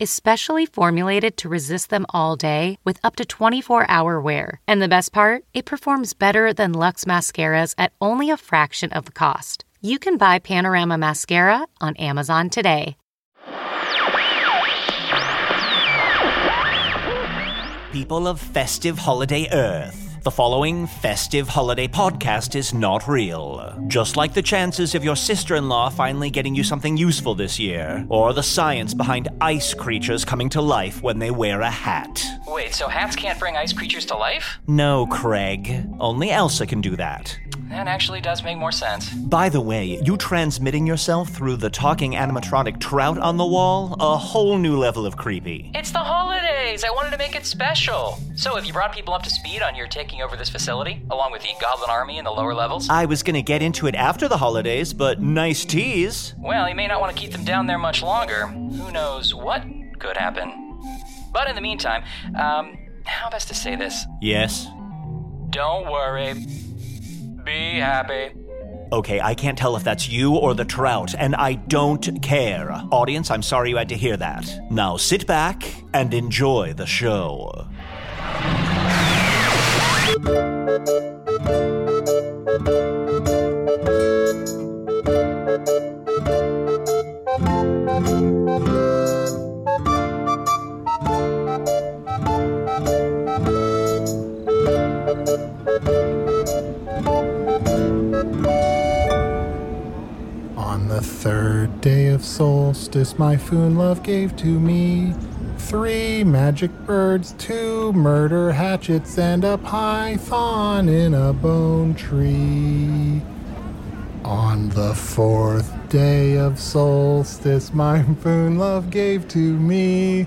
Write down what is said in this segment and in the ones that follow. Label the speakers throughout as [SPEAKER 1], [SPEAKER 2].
[SPEAKER 1] is specially formulated to resist them all day with up to 24 hour wear. And the best part, it performs better than Luxe mascaras at only a fraction of the cost. You can buy Panorama Mascara on Amazon today.
[SPEAKER 2] People of Festive Holiday Earth, the following Festive Holiday podcast is not real. Just like the chances of your sister in law finally getting you something useful this year, or the science behind ice creatures coming to life when they wear a hat.
[SPEAKER 3] Wait, so hats can't bring ice creatures to life?
[SPEAKER 2] No, Craig. Only Elsa can do that.
[SPEAKER 3] That actually does make more sense.
[SPEAKER 2] By the way, you transmitting yourself through the talking animatronic trout on the wall? A whole new level of creepy.
[SPEAKER 3] It's the holidays! I wanted to make it special! So, have you brought people up to speed on your taking over this facility, along with the Goblin Army in the lower levels?
[SPEAKER 2] I was gonna get into it after the holidays, but nice tease.
[SPEAKER 3] Well, you may not want to keep them down there much longer. Who knows what could happen? But in the meantime, um, how best to say this?
[SPEAKER 2] Yes.
[SPEAKER 3] Don't worry. Be happy.
[SPEAKER 2] Okay, I can't tell if that's you or the trout, and I don't care. Audience, I'm sorry you had to hear that. Now sit back and enjoy the show.
[SPEAKER 4] On the third day of solstice, my Foon Love gave to me three magic birds, two murder hatchets, and a python in a bone tree. On the fourth day of solstice, my Foon Love gave to me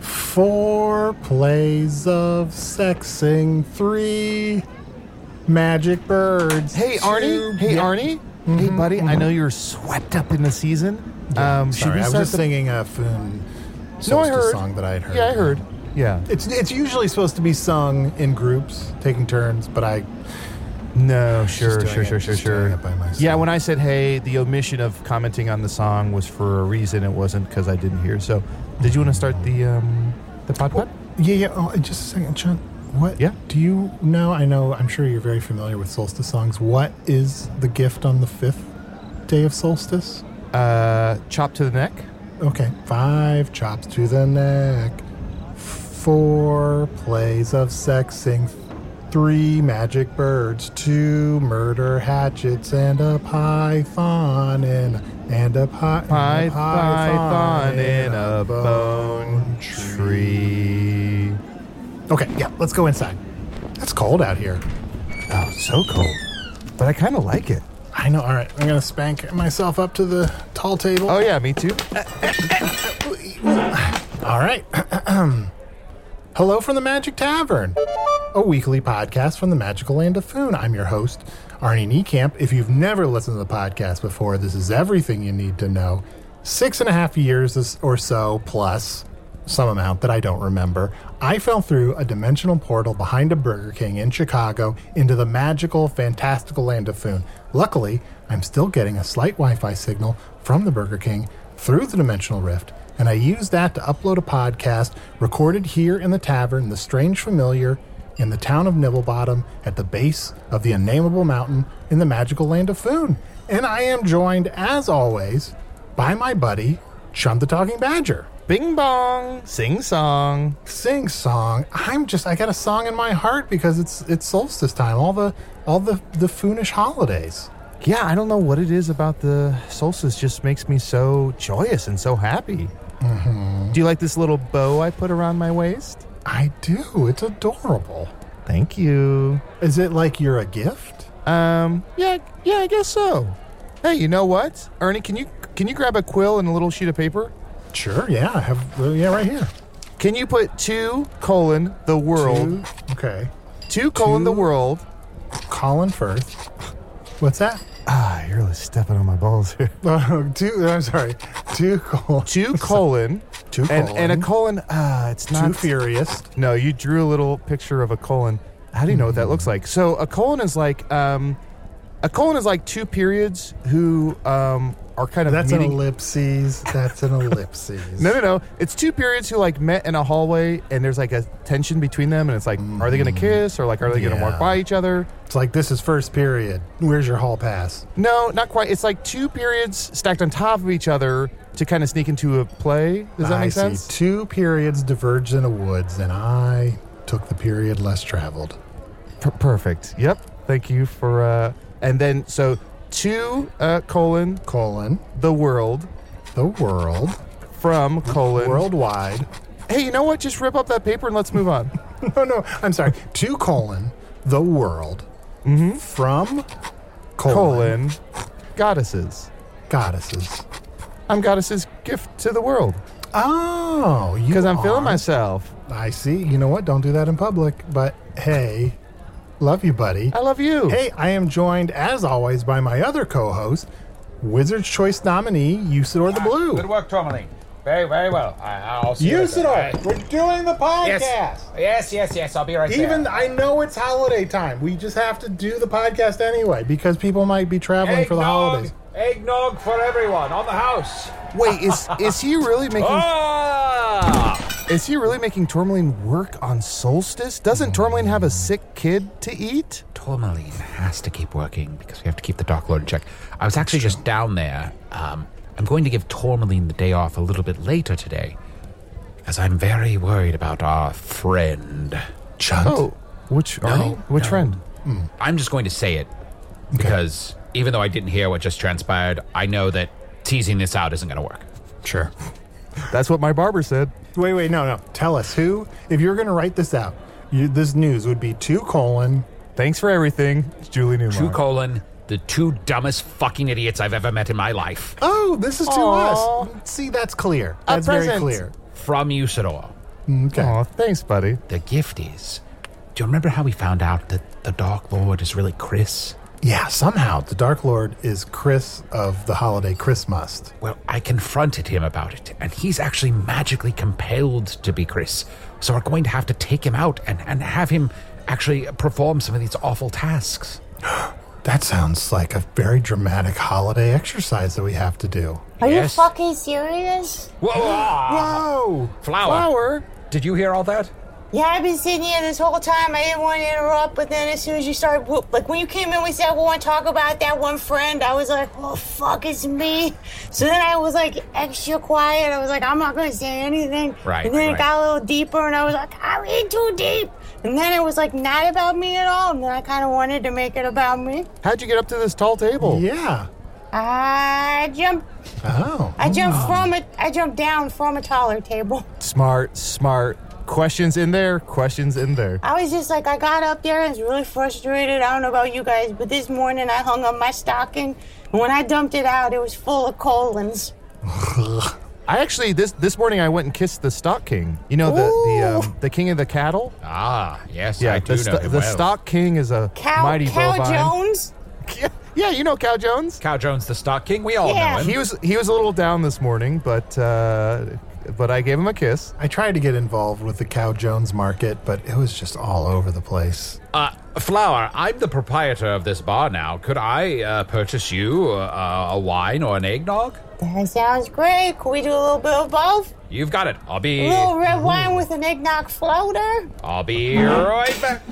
[SPEAKER 4] four plays of sexing, three magic birds.
[SPEAKER 5] Hey Arnie.
[SPEAKER 4] two-
[SPEAKER 5] Hey
[SPEAKER 4] Yeah.
[SPEAKER 5] Arnie.
[SPEAKER 4] Mm-hmm.
[SPEAKER 5] Hey buddy. I know you're swept up in the season. um, should
[SPEAKER 4] Sorry,
[SPEAKER 5] we
[SPEAKER 4] I was
[SPEAKER 5] start
[SPEAKER 4] just
[SPEAKER 5] the
[SPEAKER 4] singing a Foon
[SPEAKER 5] no, I
[SPEAKER 4] Solstice
[SPEAKER 5] heard.
[SPEAKER 4] song that I had heard.
[SPEAKER 5] Yeah, I heard. Yeah.
[SPEAKER 4] It's it's usually supposed to be sung in groups, taking turns, but I
[SPEAKER 5] No, sure,
[SPEAKER 4] doing
[SPEAKER 5] sure,
[SPEAKER 4] it-
[SPEAKER 5] sure, sure,
[SPEAKER 4] just
[SPEAKER 5] sure.
[SPEAKER 4] doing it by myself.
[SPEAKER 5] Yeah, when I said hey, the omission of commenting on the song was for a reason. It wasn't because I didn't hear. So, did you want to start the um the pod pod?
[SPEAKER 4] yeah yeah. Oh, just a second, Sean. What?
[SPEAKER 5] Yeah.
[SPEAKER 4] Do you know? I know. I'm sure you're very familiar with solstice songs. What is the gift on the fifth day of solstice?
[SPEAKER 5] Uh, chop to the neck.
[SPEAKER 4] Okay, five chops to the neck, four plays of sexing, three magic birds, two murder hatchets, and a python and and a pi- and a
[SPEAKER 5] Python, in a bone tree.
[SPEAKER 4] Okay, yeah, let's go inside. It's cold out here.
[SPEAKER 5] Oh, so cool. But I kind of like it.
[SPEAKER 4] I know. All right, I'm gonna spank myself up to the tall table.
[SPEAKER 5] Oh yeah, me too.
[SPEAKER 4] All right. Hello from the Magic Tavern, a weekly podcast from the magical land of Foon. I'm your host, Arnie Niekamp. If you've never listened to the podcast before, this is everything you need to know. Six and a half years or so plus some amount that I don't remember, I fell through a dimensional portal behind a Burger King in Chicago into the magical, fantastical land of Foon. Luckily, I'm still getting a slight Wi Fi signal from the Burger King through the dimensional rift, and I used that to upload a podcast recorded here in the tavern, The Strange Familiar, in the town of Nibblebottom at the base of the unnameable mountain in the magical land of Foon. And I am joined, as always, by my buddy, Chum the Talking Badger.
[SPEAKER 5] Bing bong, sing song.
[SPEAKER 4] Sing song. I'm just I got a song in my heart because it's it's solstice time. All the all the the foonish holidays.
[SPEAKER 5] Yeah, I don't know what it is about the solstice. Just makes me so joyous and so happy.
[SPEAKER 4] Mm-hmm.
[SPEAKER 5] Do you like this little bow I put around my waist?
[SPEAKER 4] I do. It's adorable.
[SPEAKER 5] Thank you.
[SPEAKER 4] Is it like you're a gift?
[SPEAKER 5] Um, yeah, yeah, I guess so. Hey, you know what, Ernie? Can you can you grab a quill and a little sheet of paper?
[SPEAKER 4] Sure. Yeah. I have uh, yeah right here.
[SPEAKER 5] Can you put two colon the world
[SPEAKER 4] Two- Okay.
[SPEAKER 5] two, colon the
[SPEAKER 4] two-
[SPEAKER 5] world?
[SPEAKER 4] Colin Firth. What's that?
[SPEAKER 5] Ah, you're really stepping on my balls here.
[SPEAKER 4] Oh, two. I'm sorry. Two Colin.
[SPEAKER 5] Two colon
[SPEAKER 4] Two
[SPEAKER 5] and and a
[SPEAKER 4] colon.
[SPEAKER 5] colon. Ah, it's not
[SPEAKER 4] Too furious.
[SPEAKER 5] No, you drew a little picture of a colon. How do you know what that looks
[SPEAKER 4] Hmm.
[SPEAKER 5] like? So a colon is like um, a colon is like two periods who um, are kind of
[SPEAKER 4] That's an
[SPEAKER 5] meeting.
[SPEAKER 4] ellipses. That's an ellipses.
[SPEAKER 5] no, no, no. It's two periods who like met in a hallway, and there's like a tension between them, and it's like, are they going to kiss or like, are they going to
[SPEAKER 4] Mm-hmm. Yeah.
[SPEAKER 5] walk by each other?
[SPEAKER 4] It's like this is first period. Where's your hall pass?
[SPEAKER 5] No, not quite. It's like two periods stacked on top of each other to kind of sneak into a play. Does that
[SPEAKER 4] I
[SPEAKER 5] make
[SPEAKER 4] see.
[SPEAKER 5] sense?
[SPEAKER 4] Two periods diverged in a woods, and I took the period less traveled.
[SPEAKER 5] Per- perfect. Yep. Thank you for. Uh, and then so two uh, colon
[SPEAKER 4] Colon
[SPEAKER 5] the world.
[SPEAKER 4] the world
[SPEAKER 5] from colon.
[SPEAKER 4] worldwide.
[SPEAKER 5] Hey, you know what? Just rip up that paper and let's move on.
[SPEAKER 4] No, no. I'm sorry. Two colon the world from colon,
[SPEAKER 5] Mm-hmm. colon goddesses.
[SPEAKER 4] goddesses.
[SPEAKER 5] I'm goddess's gift to the world
[SPEAKER 4] Oh, you
[SPEAKER 5] because I'm
[SPEAKER 4] are-
[SPEAKER 5] feeling myself.
[SPEAKER 4] I see. You know what? Don't do that in public. But hey, love you, buddy.
[SPEAKER 5] I love you.
[SPEAKER 4] Hey, I am joined as always by my other co-host, Wizard's Choice nominee Usador the Blue.
[SPEAKER 6] Good work, Tourmaline. Very, very well. I, I'll see you.
[SPEAKER 4] Use it
[SPEAKER 6] later.
[SPEAKER 4] all. We're doing the podcast.
[SPEAKER 6] Yes. Yes, yes, yes. I'll be right
[SPEAKER 4] Even
[SPEAKER 6] there.
[SPEAKER 4] I know it's holiday time. We just have to do the podcast anyway because people might be traveling for the holidays.
[SPEAKER 6] Eggnog for everyone on the house.
[SPEAKER 5] Wait, is is he really making
[SPEAKER 6] Ah!
[SPEAKER 5] is he really making Tourmaline work on solstice? Doesn't Tourmaline have a sick kid to eat?
[SPEAKER 7] Tourmaline has to keep working because we have to keep the Dark Lord in check. I was actually just down there. Um, I'm going to give Tourmaline the day off a little bit later today, as I'm very worried about our friend.
[SPEAKER 4] Chunt.
[SPEAKER 5] Oh, which Arnie? Which
[SPEAKER 7] no.
[SPEAKER 5] friend?
[SPEAKER 7] I'm just going to say it because even though I didn't hear what just transpired, I know that teasing this out isn't going to work.
[SPEAKER 4] Sure.
[SPEAKER 5] That's what my barber said.
[SPEAKER 4] Wait, wait, no, no. Tell us who. If you're going to write this out, you, this news would be two colon.
[SPEAKER 5] Thanks for everything, it's Julie Newmar.
[SPEAKER 7] Two colon, the two dumbest fucking idiots I've ever met in my life,
[SPEAKER 4] Oh, this is to
[SPEAKER 5] Aw.
[SPEAKER 4] us. See, that's clear.
[SPEAKER 5] A
[SPEAKER 4] That's very
[SPEAKER 5] present.
[SPEAKER 4] clear. Mm,
[SPEAKER 7] from Usador.
[SPEAKER 4] Okay.
[SPEAKER 5] Aw, thanks, buddy.
[SPEAKER 7] The gift is. Do you remember how we found out that the Dark Lord is really Chris?
[SPEAKER 4] Yeah, somehow the Dark Lord is Chris of the holiday Christmas.
[SPEAKER 7] Well, I confronted him about it, and he's actually magically compelled to be Chris. So we're going to have to take him out and, and have him actually perform some of these awful tasks.
[SPEAKER 4] That sounds like a very dramatic holiday exercise that we have to do.
[SPEAKER 8] Are
[SPEAKER 7] Yes.
[SPEAKER 8] you fucking serious?
[SPEAKER 7] Whoa!
[SPEAKER 4] Whoa!
[SPEAKER 7] Flower. Did you hear all that?
[SPEAKER 8] Yeah, I've been sitting here this whole time. I didn't want to interrupt, but then as soon as you started, whoop, like when you came in, we said we want to talk about that one friend. I was like, oh fuck, it's me. So then I was like extra quiet. I was like, I'm not going to say anything.
[SPEAKER 7] Right,
[SPEAKER 8] And then
[SPEAKER 7] right.
[SPEAKER 8] it got a little deeper, and I was like, I'm in too deep. And then it was like not about me at all. And then I kind of wanted to make it about me.
[SPEAKER 5] How'd you get up to this tall table?
[SPEAKER 4] Yeah.
[SPEAKER 8] I jumped.
[SPEAKER 4] Oh.
[SPEAKER 8] I jumped from a. I jumped down from a taller table.
[SPEAKER 5] Smart, smart. Questions in there, questions in there.
[SPEAKER 8] I was just like, I got up there and was really frustrated. I don't know about you guys, but this morning I hung up my stocking. And when I dumped it out, it was full of colons.
[SPEAKER 5] I actually this this morning I went and kissed the stock king. You know the the um, the king of the cattle.
[SPEAKER 7] Ah, yes, I do know
[SPEAKER 5] the, sto-
[SPEAKER 7] him
[SPEAKER 5] the
[SPEAKER 7] well.
[SPEAKER 5] stock king is a
[SPEAKER 8] Cow,
[SPEAKER 5] mighty
[SPEAKER 8] Cow
[SPEAKER 5] bovine.
[SPEAKER 8] Jones?
[SPEAKER 5] Yeah, yeah, you know Cow Jones.
[SPEAKER 7] Cow Jones, the stock king. We all
[SPEAKER 8] Yeah.
[SPEAKER 7] know him.
[SPEAKER 5] He was he was a little down this morning, but uh,
[SPEAKER 4] but I gave him a kiss.
[SPEAKER 5] I tried to get involved with the Cow Jones market, but it was just all over the place.
[SPEAKER 7] Uh, Flower, I'm the proprietor of this bar now. Could I uh, purchase you uh, a wine or an eggnog?
[SPEAKER 8] That sounds great. Could we do a little bit of both?
[SPEAKER 7] You've got it. I'll be.
[SPEAKER 8] A little red wine with an eggnog floater?
[SPEAKER 7] I'll be right back.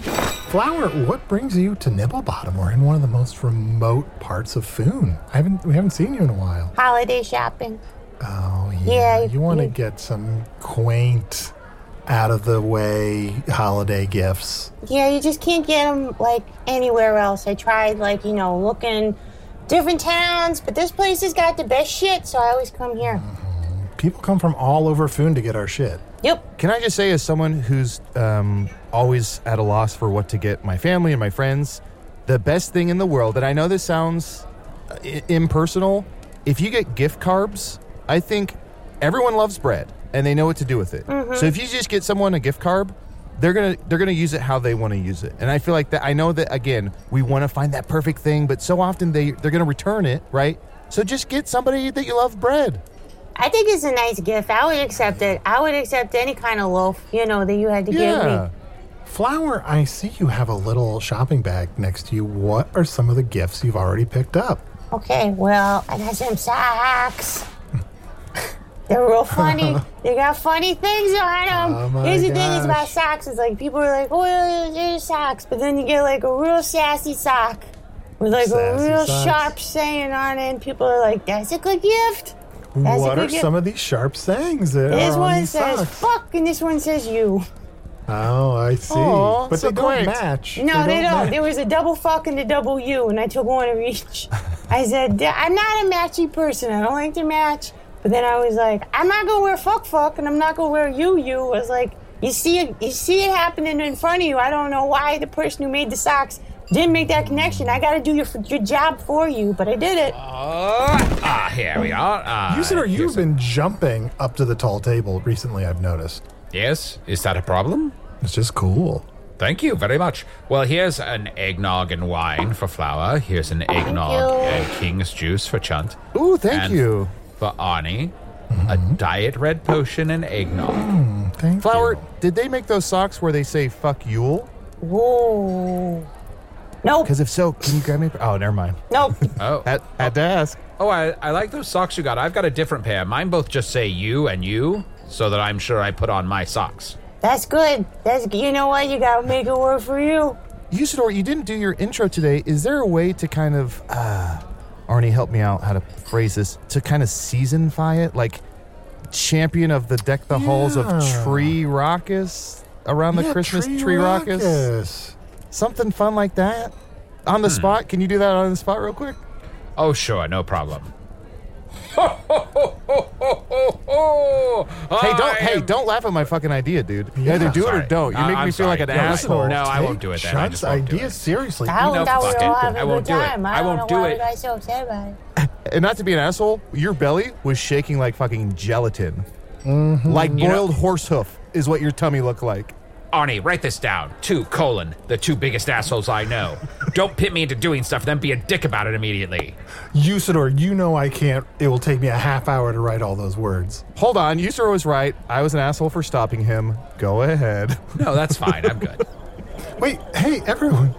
[SPEAKER 5] Flower, what brings you to Nibblebottom? We're in one of the most remote parts of Foon. I haven't we haven't seen you in a while.
[SPEAKER 8] Holiday shopping.
[SPEAKER 5] Oh
[SPEAKER 8] Yeah,
[SPEAKER 5] yeah. you want to
[SPEAKER 8] you-
[SPEAKER 5] get some quaint, out of the way holiday gifts.
[SPEAKER 8] Yeah, you just can't get them like anywhere else. I tried like, you know, looking different towns, but this place has got the best shit, so I always come here.
[SPEAKER 5] People come from all over Foon to get our shit.
[SPEAKER 8] Yep.
[SPEAKER 4] Can I just say, as someone who's um, always at a loss for what to get my family and my friends, the best thing in the world, and I know this sounds uh, i- impersonal, if you get gift carbs, I think everyone loves bread and they know what to do with it. So if you just get someone a gift carb, they're gonna they're gonna use it how they want to use it, and I feel like that. I know that again, we want to find that perfect thing, but so often they they're gonna return it, right? So just get somebody that you love bread.
[SPEAKER 8] I think it's a nice gift. I would accept it. I would accept any kind of loaf, you know, that you had to give
[SPEAKER 4] Yeah.
[SPEAKER 8] me.
[SPEAKER 5] Flower, I see you have a little shopping bag next to you. What are some of the gifts you've already picked up?
[SPEAKER 8] Okay, well, I got some socks. They're real funny. they got funny things on
[SPEAKER 5] Oh
[SPEAKER 8] them.
[SPEAKER 5] my
[SPEAKER 8] Here's the thing is about
[SPEAKER 5] gosh.
[SPEAKER 8] socks is like people are like, oh, yeah, yeah, yeah, socks, but then you get like a real sassy sock with like
[SPEAKER 5] Sassy
[SPEAKER 8] a real
[SPEAKER 5] socks.
[SPEAKER 8] sharp saying on it, and people are like, that's a good gift. That's a
[SPEAKER 5] what
[SPEAKER 8] good
[SPEAKER 5] are
[SPEAKER 8] gift.
[SPEAKER 5] some of these sharp sayings that
[SPEAKER 8] This
[SPEAKER 5] are on
[SPEAKER 8] one
[SPEAKER 5] these
[SPEAKER 8] says
[SPEAKER 5] socks?
[SPEAKER 8] fuck, and this one says you.
[SPEAKER 5] Oh, I see.
[SPEAKER 4] Aw,
[SPEAKER 5] but
[SPEAKER 4] so
[SPEAKER 5] they don't
[SPEAKER 4] quaint.
[SPEAKER 5] match.
[SPEAKER 8] No, they don't.
[SPEAKER 5] match.
[SPEAKER 8] There was a double fuck and a double you, and I took one of each. I said, "D- I'm not a matchy person. I don't like to match. But then I was like, I'm not gonna wear fuck fuck, and I'm not gonna wear you you. I was like, you see it, you see it happening in front of you. I don't know why the person who made the socks didn't make that connection. I got to do your your job for you, but I did it.
[SPEAKER 7] Ah, here we are. Ah,
[SPEAKER 4] Uh,
[SPEAKER 5] You said or
[SPEAKER 7] here's
[SPEAKER 5] you've
[SPEAKER 7] a-
[SPEAKER 5] been jumping up to the tall table recently, I've noticed.
[SPEAKER 7] Yes, is that a problem?
[SPEAKER 5] It's just cool.
[SPEAKER 7] Thank you very much. Well, here's an eggnog and wine for Flower. Here's an eggnog
[SPEAKER 8] you.
[SPEAKER 7] and King's juice for Chunt.
[SPEAKER 4] Ooh, thank
[SPEAKER 7] And
[SPEAKER 4] you.
[SPEAKER 7] For Arnie, a diet red potion and eggnog.
[SPEAKER 4] Hmm.
[SPEAKER 5] Mm, Thank
[SPEAKER 4] Flower,
[SPEAKER 5] you.
[SPEAKER 4] did they make those socks where they say "fuck Yule"?
[SPEAKER 8] Whoa. Nope.
[SPEAKER 4] Because if so, can you grab me? Oh, never mind.
[SPEAKER 8] Nope.
[SPEAKER 7] Oh,
[SPEAKER 4] Had, had to ask.
[SPEAKER 7] oh, I, I like those socks you got. I've got a different pair. Mine both just say you and you, so that I'm sure I put on my socks.
[SPEAKER 8] That's good. That's you know what? You gotta make it work for you.
[SPEAKER 4] Usador, you didn't do your intro today. Is there a way to kind of, uh, Arnie, help me out how to phrase this to kind of seasonify it, like champion of the deck the halls of
[SPEAKER 5] Yeah.
[SPEAKER 4] Tree Rockus around the
[SPEAKER 5] Yeah,
[SPEAKER 4] Christmas Tree, Rockus. something fun like that on the spot. Can you do that on the spot real quick?
[SPEAKER 7] Hmm. Oh, sure, no problem. Ho, ho, ho, ho, ho, ho.
[SPEAKER 4] Hey, don't
[SPEAKER 7] Oh, I
[SPEAKER 4] hey,
[SPEAKER 7] am-
[SPEAKER 4] don't laugh at my fucking idea, dude. You Either do it
[SPEAKER 7] Sorry.
[SPEAKER 4] or don't. You
[SPEAKER 7] Uh,
[SPEAKER 4] make
[SPEAKER 7] I'm
[SPEAKER 4] me feel like
[SPEAKER 7] sorry.
[SPEAKER 4] an
[SPEAKER 7] No, I-
[SPEAKER 4] asshole.
[SPEAKER 7] no, I won't
[SPEAKER 5] Take
[SPEAKER 7] do it then. I
[SPEAKER 5] Chunt's
[SPEAKER 7] just won't do
[SPEAKER 5] idea
[SPEAKER 7] it.
[SPEAKER 5] seriously.
[SPEAKER 8] I
[SPEAKER 7] No,
[SPEAKER 8] don't thought we
[SPEAKER 7] fuck
[SPEAKER 8] were all
[SPEAKER 7] it.
[SPEAKER 8] having
[SPEAKER 7] I
[SPEAKER 8] a
[SPEAKER 7] won't
[SPEAKER 8] good
[SPEAKER 7] do it.
[SPEAKER 8] time.
[SPEAKER 7] I
[SPEAKER 8] don't
[SPEAKER 7] won't
[SPEAKER 8] know
[SPEAKER 7] do
[SPEAKER 8] why
[SPEAKER 7] it.
[SPEAKER 8] you guys so upset about it.
[SPEAKER 4] and not to be an asshole, your belly was shaking like fucking gelatin,
[SPEAKER 7] Mm-hmm.
[SPEAKER 4] like boiled horse hoof is what your tummy looked like.
[SPEAKER 7] Arnie, write this down. Two colon, the two biggest assholes I know. Don't pit me into doing stuff, then be a dick about it immediately.
[SPEAKER 5] Usador, you know I can't. It will take me a half hour to write all those words.
[SPEAKER 4] Hold on, Usador was right. I was an asshole for stopping him. Go ahead.
[SPEAKER 7] No, that's fine. I'm good.
[SPEAKER 5] Wait, hey, everyone.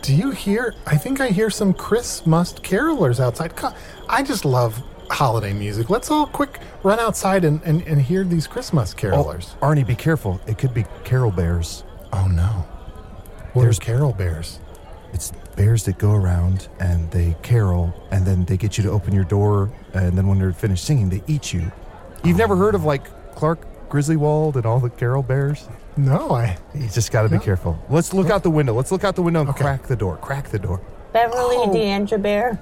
[SPEAKER 5] Do you hear? I think I hear some Chris Must carolers outside. Co- I just love holiday music. Let's all quick run outside and, and, and hear these Christmas carolers.
[SPEAKER 4] Oh, Arnie, be careful. It could be carol bears.
[SPEAKER 5] Oh, no. What
[SPEAKER 4] There's-
[SPEAKER 5] There's carol bears.
[SPEAKER 4] It's bears that go around and they carol, and then they get you to open your door, and then when they're finished singing, they eat you. You've never heard of like Clark Grizzlywald and all the carol bears?
[SPEAKER 5] No, I.
[SPEAKER 4] You just got to be careful. Let's look out the window. Let's look out the window and
[SPEAKER 5] Okay.
[SPEAKER 4] crack the door. Crack the door.
[SPEAKER 8] Beverly
[SPEAKER 4] Oh.
[SPEAKER 8] D'Angelbear.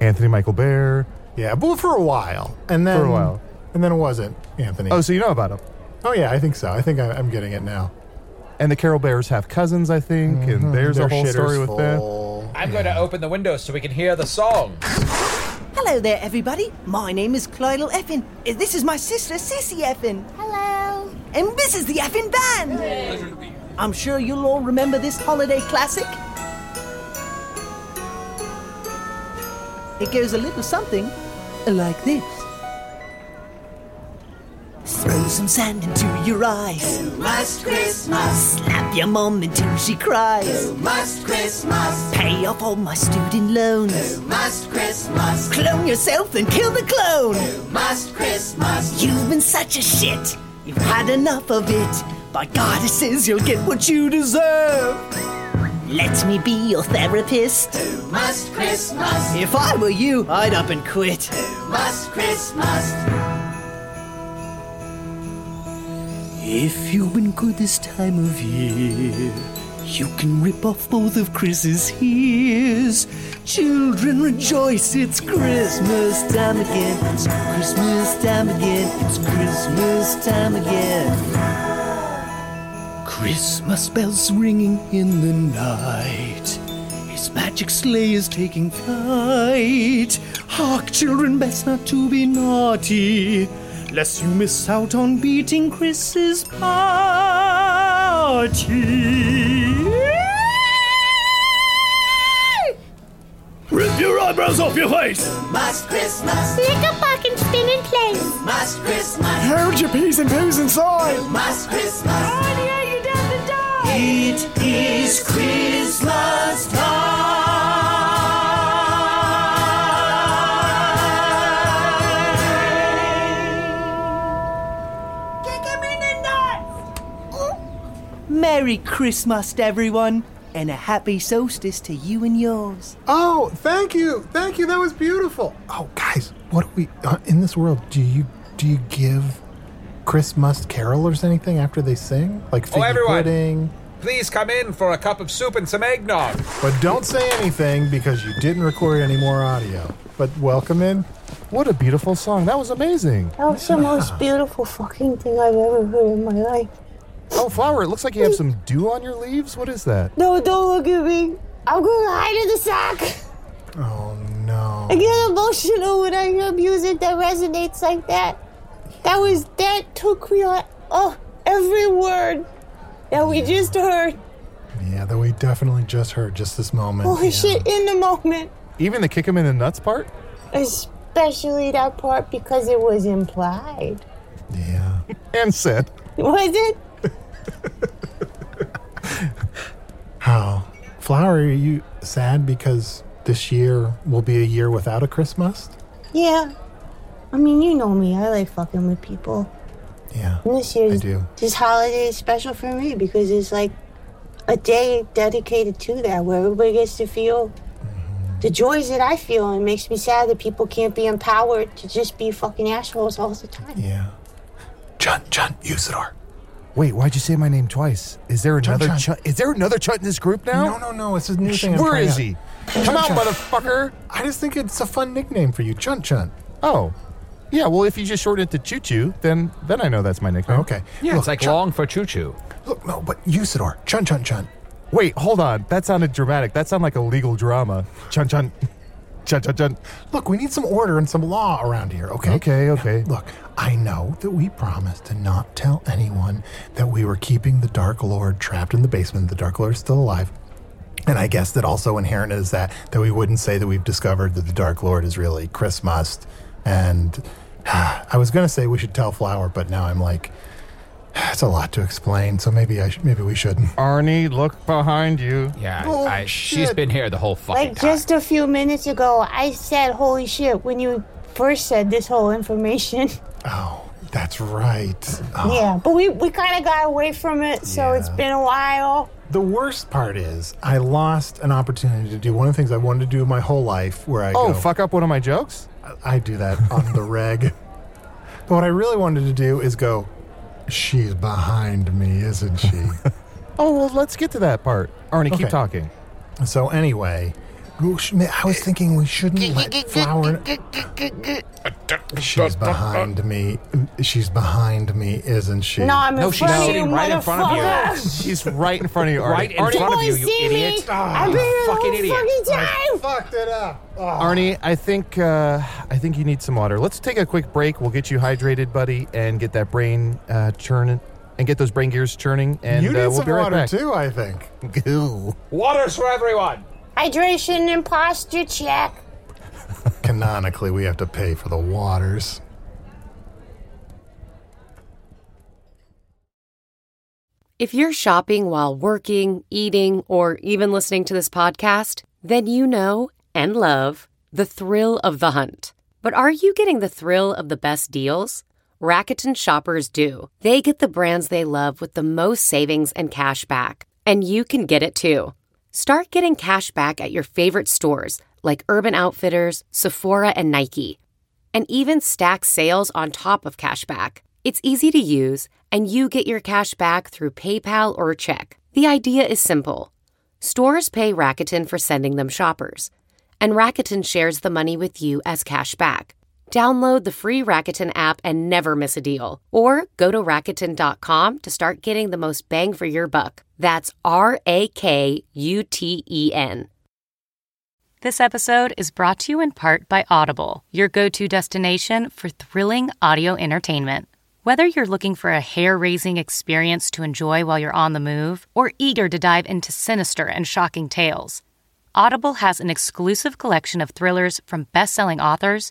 [SPEAKER 4] Anthony Michael Bear.
[SPEAKER 5] Yeah, but for a while. And then.
[SPEAKER 4] For a while.
[SPEAKER 5] And then it wasn't, Anthony.
[SPEAKER 4] Oh, so you know about him.
[SPEAKER 5] Oh, yeah, I think so. I think I, I'm getting it now.
[SPEAKER 4] And the Carol Bears have cousins, I think, and there's a
[SPEAKER 5] Their
[SPEAKER 4] whole
[SPEAKER 5] shitter's
[SPEAKER 4] story with them.
[SPEAKER 5] full.
[SPEAKER 7] I'm going to open the window so we can hear the song.
[SPEAKER 9] Hello there, everybody. My name is Clydal Effin. Uh, This is my sister, Sissy Effin.
[SPEAKER 8] Hello.
[SPEAKER 9] And this is the Effin Band. I'm sure you'll all remember this holiday classic. It goes a little something like this. some sand into your eyes. Too much Christmas. Slap your mom until she cries. Too much Christmas. Pay off all my student loans. Too much Christmas. Clone yourself and kill the clone. Too much Christmas. You've been such a shit. You've had enough of it. By goddesses, you'll get what you deserve. Let me be your therapist. Too much Christmas. If I were you, I'd up and quit. Too much Christmas. If you've been good this time of year, you can rip off both of Chris's ears. Children rejoice, it's Christmas time again. It's Christmas time again. It's Christmas time again. Christmas bells ringing in the night. His magic sleigh is taking flight. Hark, children, best not to be naughty, lest you miss out on beating Chris's party.
[SPEAKER 10] Rip your eyebrows off your face!
[SPEAKER 11] Must Christmas. Lick a buck and spin in place. Must Christmas.
[SPEAKER 10] Hold your peas and poos inside!
[SPEAKER 11] Must Christmas. On the air, you down the dog.
[SPEAKER 9] It is Christmas
[SPEAKER 11] Kick him in the nuts.
[SPEAKER 9] Merry Christmas, everyone, and a happy solstice to you and yours.
[SPEAKER 4] Oh, thank you, thank you. That was beautiful. Oh, guys, what do we uh, in this world? Do you do you give Christmas carolers anything after they sing, like
[SPEAKER 12] Oh,
[SPEAKER 4] figgy
[SPEAKER 12] everyone.
[SPEAKER 4] pudding?
[SPEAKER 12] Please come in for a cup of soup and some eggnog.
[SPEAKER 4] But don't say anything because you didn't record any more audio. But welcome in.
[SPEAKER 5] What a beautiful song. That was amazing.
[SPEAKER 8] That was the most beautiful fucking thing I've ever heard in my life.
[SPEAKER 5] Oh, Flower, it looks like you have some dew on your leaves. What is that?
[SPEAKER 8] No, don't look at me. I'm going to hide in the sack.
[SPEAKER 4] Oh no.
[SPEAKER 8] I get emotional when I hear music that resonates like that. That was that took me on. Oh, every word that we just heard.
[SPEAKER 4] Yeah, that we definitely just heard just this moment.
[SPEAKER 8] Holy
[SPEAKER 4] Yeah.
[SPEAKER 8] shit! In the moment,
[SPEAKER 5] Even the kick him in the nuts part?
[SPEAKER 8] especially that part because it was implied.
[SPEAKER 5] And said,
[SPEAKER 8] Was it?
[SPEAKER 4] How? Flower, are you sad because this year will be a year without a Christmas?
[SPEAKER 8] Yeah. I mean, you know me. I like fucking with people.
[SPEAKER 4] Yeah.
[SPEAKER 8] And this year's
[SPEAKER 4] I do.
[SPEAKER 8] this holiday is special for me because it's like a day dedicated to that where everybody gets to feel
[SPEAKER 4] Mm-hmm.
[SPEAKER 8] the joys that I feel and it makes me sad that people can't be empowered to just be fucking assholes all the time.
[SPEAKER 4] Yeah. John, John, Usador.
[SPEAKER 5] Wait, why'd you say my name twice? Is there
[SPEAKER 4] Chun
[SPEAKER 5] another
[SPEAKER 4] Chun.
[SPEAKER 5] chut? Is there another chut in this group
[SPEAKER 4] No,
[SPEAKER 5] now?
[SPEAKER 4] no, no. It's a new thing. I'm
[SPEAKER 5] Where
[SPEAKER 4] trying
[SPEAKER 5] is
[SPEAKER 4] out.
[SPEAKER 5] he?
[SPEAKER 4] Chun
[SPEAKER 5] Come on,
[SPEAKER 4] Chun.
[SPEAKER 5] motherfucker.
[SPEAKER 4] I just think it's a fun nickname for you, Chun Chun.
[SPEAKER 5] Oh, yeah. Well, if you just shorten it to Choo Choo, then then I know that's my nickname.
[SPEAKER 4] Okay.
[SPEAKER 13] Yeah,
[SPEAKER 4] Look,
[SPEAKER 13] it's like
[SPEAKER 4] Chun-
[SPEAKER 13] long for choo choo.
[SPEAKER 4] Look, no, but Usador. Chun Chun Chun.
[SPEAKER 5] Wait, hold on. That sounded dramatic. That sounded like a legal drama. Chun chun, chun chun chun.
[SPEAKER 4] Look, we need some order and some law around here, okay?
[SPEAKER 5] Okay, okay.
[SPEAKER 4] Look, I know that we promised to not tell anyone that we were keeping the Dark Lord trapped in the basement. The Dark Lord's still alive. And I guess that also inherent is that that we wouldn't say that we've discovered that the Dark Lord is really Christmas. And I was gonna say we should tell Flower, but now I'm like, it's a lot to explain. So maybe I should, maybe we shouldn't.
[SPEAKER 5] Arnie, look behind you.
[SPEAKER 13] Yeah,
[SPEAKER 4] Oh,
[SPEAKER 13] I, she's
[SPEAKER 4] shit.
[SPEAKER 13] been here the whole fucking
[SPEAKER 8] Like
[SPEAKER 13] time.
[SPEAKER 8] just a few minutes ago, I said, "Holy shit!" when you first said this whole information.
[SPEAKER 4] Oh, that's right. Oh.
[SPEAKER 8] yeah, but we we kind of got away from it, so
[SPEAKER 4] Yeah.
[SPEAKER 8] it's been a while.
[SPEAKER 4] The worst part is I lost an opportunity to do one of the things I wanted to do my whole life, where I
[SPEAKER 5] Oh,
[SPEAKER 4] go,
[SPEAKER 5] fuck up one of my jokes.
[SPEAKER 4] I do that on the reg. But what I really wanted to do is go, she's behind me, isn't she?
[SPEAKER 5] Oh well, let's get to that part. Arnie, keep
[SPEAKER 4] Okay.
[SPEAKER 5] talking.
[SPEAKER 4] so anyway, we sh- I was thinking we shouldn't let Flower. She's behind me. She's behind me, isn't she?
[SPEAKER 8] No, I'm
[SPEAKER 13] No,
[SPEAKER 8] in
[SPEAKER 13] she's
[SPEAKER 8] front of you,
[SPEAKER 13] sitting right in front of you.
[SPEAKER 8] motherfucker.
[SPEAKER 5] She's right in front of you, Arnie.
[SPEAKER 13] Right in
[SPEAKER 5] Arnie,
[SPEAKER 13] front of
[SPEAKER 8] Boy,
[SPEAKER 13] you, you
[SPEAKER 8] see me.
[SPEAKER 13] idiot.
[SPEAKER 8] I've been here the
[SPEAKER 13] fucking
[SPEAKER 8] whole
[SPEAKER 13] idiot.
[SPEAKER 8] fucking time.
[SPEAKER 4] fucked it up. Oh.
[SPEAKER 5] Arnie, I think uh, I think you need some water. Let's take a quick break. We'll get you hydrated, buddy, and get that brain uh, churning, and get those brain gears churning. And
[SPEAKER 4] you need
[SPEAKER 5] uh, we'll
[SPEAKER 4] some
[SPEAKER 5] be right
[SPEAKER 4] water
[SPEAKER 5] back.
[SPEAKER 4] too, I think.
[SPEAKER 5] Goo.
[SPEAKER 12] Waters for everyone.
[SPEAKER 8] Hydration and posture check.
[SPEAKER 4] Canonically, we have to pay for the waters.
[SPEAKER 1] If you're shopping while working, eating, or even listening to this podcast, then you know and love the thrill of the hunt. But are you getting the thrill of the best deals? Rakuten shoppers do. They get the brands they love with the most savings and cash back. And you can get it too. Start getting cash back at your favorite stores like Urban Outfitters, Sephora, and Nike. And even stack sales on top of cash back. It's easy to use, and you get your cash back through PayPal or check. The idea is simple stores pay Rakuten for sending them shoppers, and Rakuten shares the money with you as cash back. Download the free Rakuten app and never miss a deal. Or go to Rakuten.com to start getting the most bang for your buck. That's R A K U T E N. This episode is brought to you in part by Audible, your go to destination for thrilling audio entertainment. Whether you're looking for a hair raising experience to enjoy while you're on the move or eager to dive into sinister and shocking tales, Audible has an exclusive collection of thrillers from best selling authors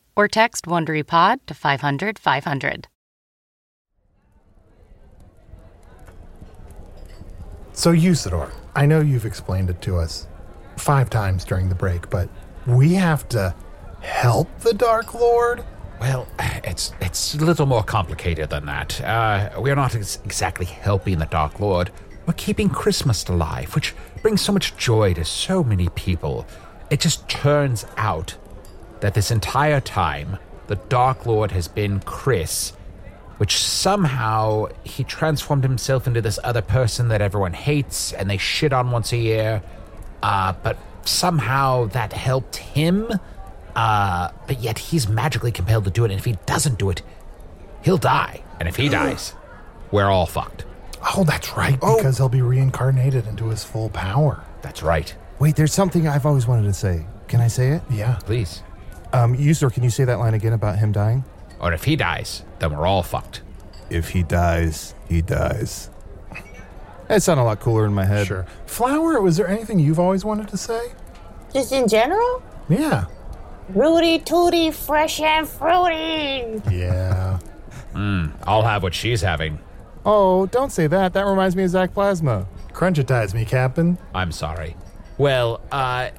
[SPEAKER 1] or text WonderyPod to 500 500.
[SPEAKER 4] So, Usador, I know you've explained it to us five times during the break, but we have to help the Dark Lord?
[SPEAKER 7] Well, uh, it's it's a little more complicated than that. Uh, we're not ex- exactly helping the Dark Lord. We're keeping Christmas alive, which brings so much joy to so many people. It just turns out that this entire time, the Dark Lord has been Chris, which somehow he transformed himself into this other person that everyone hates and they shit on once a year. Uh, but somehow that helped him. Uh, but yet he's magically compelled to do it, and if he doesn't do it, he'll die. And if he dies, we're all fucked.
[SPEAKER 4] Oh, that's right, because he'll be reincarnated into his full power.
[SPEAKER 7] That's right.
[SPEAKER 14] Wait, there's something I've always wanted to say. Can I say it?
[SPEAKER 4] Yeah.
[SPEAKER 7] Please.
[SPEAKER 14] Um, user, can you say that line again about him dying?
[SPEAKER 7] Or if he dies, then we're all fucked.
[SPEAKER 14] If he dies, he dies. That sounded a lot cooler in my head.
[SPEAKER 4] Sure. Flower, was there anything you've always wanted to say?
[SPEAKER 8] Just in general?
[SPEAKER 4] Yeah.
[SPEAKER 8] Rooty tooty, fresh and fruity.
[SPEAKER 4] Yeah.
[SPEAKER 7] Mm, I'll have what she's having.
[SPEAKER 14] Oh, don't say that. That reminds me of Zach Plasma.
[SPEAKER 4] Crunchitize me, Captain.
[SPEAKER 7] I'm sorry. Well, uh,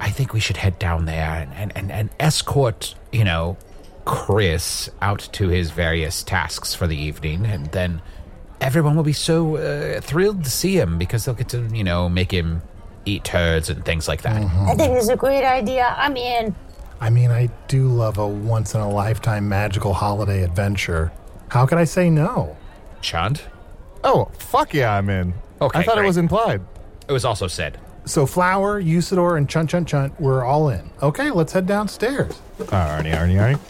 [SPEAKER 7] I think we should head down there and, and, and, and escort, you know, Chris out to his various tasks for the evening, and then everyone will be so uh, thrilled to see him because they'll get to, you know, make him eat turds and things like that.
[SPEAKER 8] I think this is a great idea. I'm in.
[SPEAKER 4] I mean, I do love a once in a lifetime magical holiday adventure. How could I say no?
[SPEAKER 7] Chant?
[SPEAKER 14] Oh, fuck yeah, I'm in.
[SPEAKER 7] Okay,
[SPEAKER 14] I thought
[SPEAKER 7] great.
[SPEAKER 14] it was implied.
[SPEAKER 7] It was also said.
[SPEAKER 4] So, Flower, Usador, and Chunt Chunt Chunt, we're all in. Okay, let's head downstairs.
[SPEAKER 14] Arnie, Arnie, Arnie.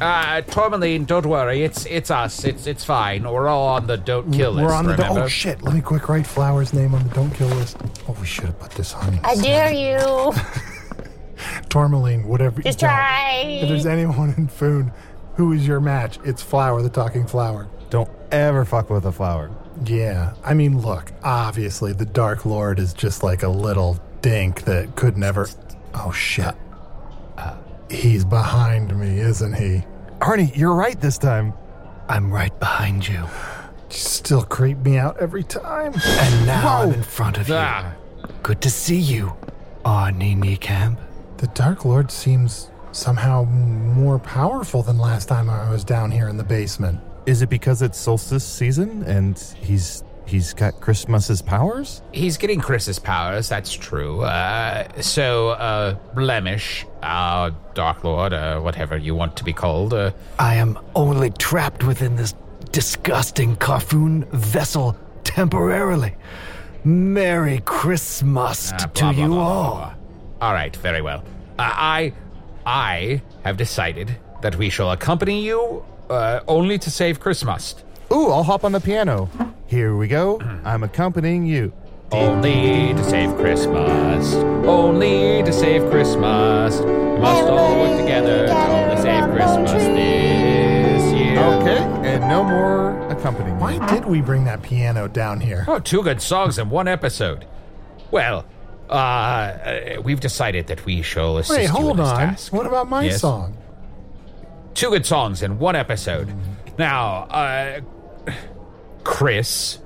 [SPEAKER 7] Uh, Tourmaline, don't worry. It's it's us. It's it's fine. We're all on the don't kill list.
[SPEAKER 4] We're on the do-
[SPEAKER 7] remember?
[SPEAKER 4] oh shit! Let me quick write Flower's name on the don't kill list. Oh, we should have put this on
[SPEAKER 8] I dare you.
[SPEAKER 4] Tourmaline, whatever.
[SPEAKER 8] Just
[SPEAKER 4] you want.
[SPEAKER 8] try.
[SPEAKER 4] If there's anyone in Foon who is your match, it's Flower, the talking flower.
[SPEAKER 14] Don't ever fuck with a flower.
[SPEAKER 4] Yeah, I mean, look, obviously the Dark Lord is just like a little dink that could never. Oh shit!
[SPEAKER 14] Uh,
[SPEAKER 4] He's behind me, isn't he?
[SPEAKER 14] Arnie, you're right this time.
[SPEAKER 15] I'm right behind you.
[SPEAKER 4] Still creep me out every time.
[SPEAKER 15] And now I'm
[SPEAKER 4] Whoa.
[SPEAKER 15] in front of
[SPEAKER 7] Ah.
[SPEAKER 15] you. Good to see you, Arnie Niekamp.
[SPEAKER 4] The Dark Lord seems somehow more powerful than last time I was down here in the basement.
[SPEAKER 14] Is it because it's solstice season and he's he's got Christmas's powers?
[SPEAKER 7] He's getting Chris's powers. That's true. Uh, so, uh, Blemish, uh, Dark Lord, uh, whatever you want to be called. Uh,
[SPEAKER 15] I am only trapped within this disgusting Carfoon vessel temporarily. Merry Christmas
[SPEAKER 7] uh,
[SPEAKER 15] to
[SPEAKER 7] blah, blah,
[SPEAKER 15] you
[SPEAKER 7] blah,
[SPEAKER 15] all.
[SPEAKER 7] blah, blah. All right, very well. Uh, I, I have decided that we shall accompany you uh, only to save Christmas.
[SPEAKER 14] Ooh, I'll hop on the piano.
[SPEAKER 5] Here we go. I'm accompanying you.
[SPEAKER 7] Only to save Christmas. Only to save Christmas. We must all work together to only save Christmas this year.
[SPEAKER 5] Okay, and no more accompanying.
[SPEAKER 4] Why did we bring that piano down here?
[SPEAKER 7] Oh, two good songs in one episode. Well, uh, uh, we've decided that we shall assist
[SPEAKER 4] Wait,
[SPEAKER 7] you in
[SPEAKER 4] hold
[SPEAKER 7] this
[SPEAKER 4] on.
[SPEAKER 7] task.
[SPEAKER 4] What about my
[SPEAKER 7] Yes?
[SPEAKER 4] song?
[SPEAKER 7] Two good songs in one episode. Now, uh, Chris,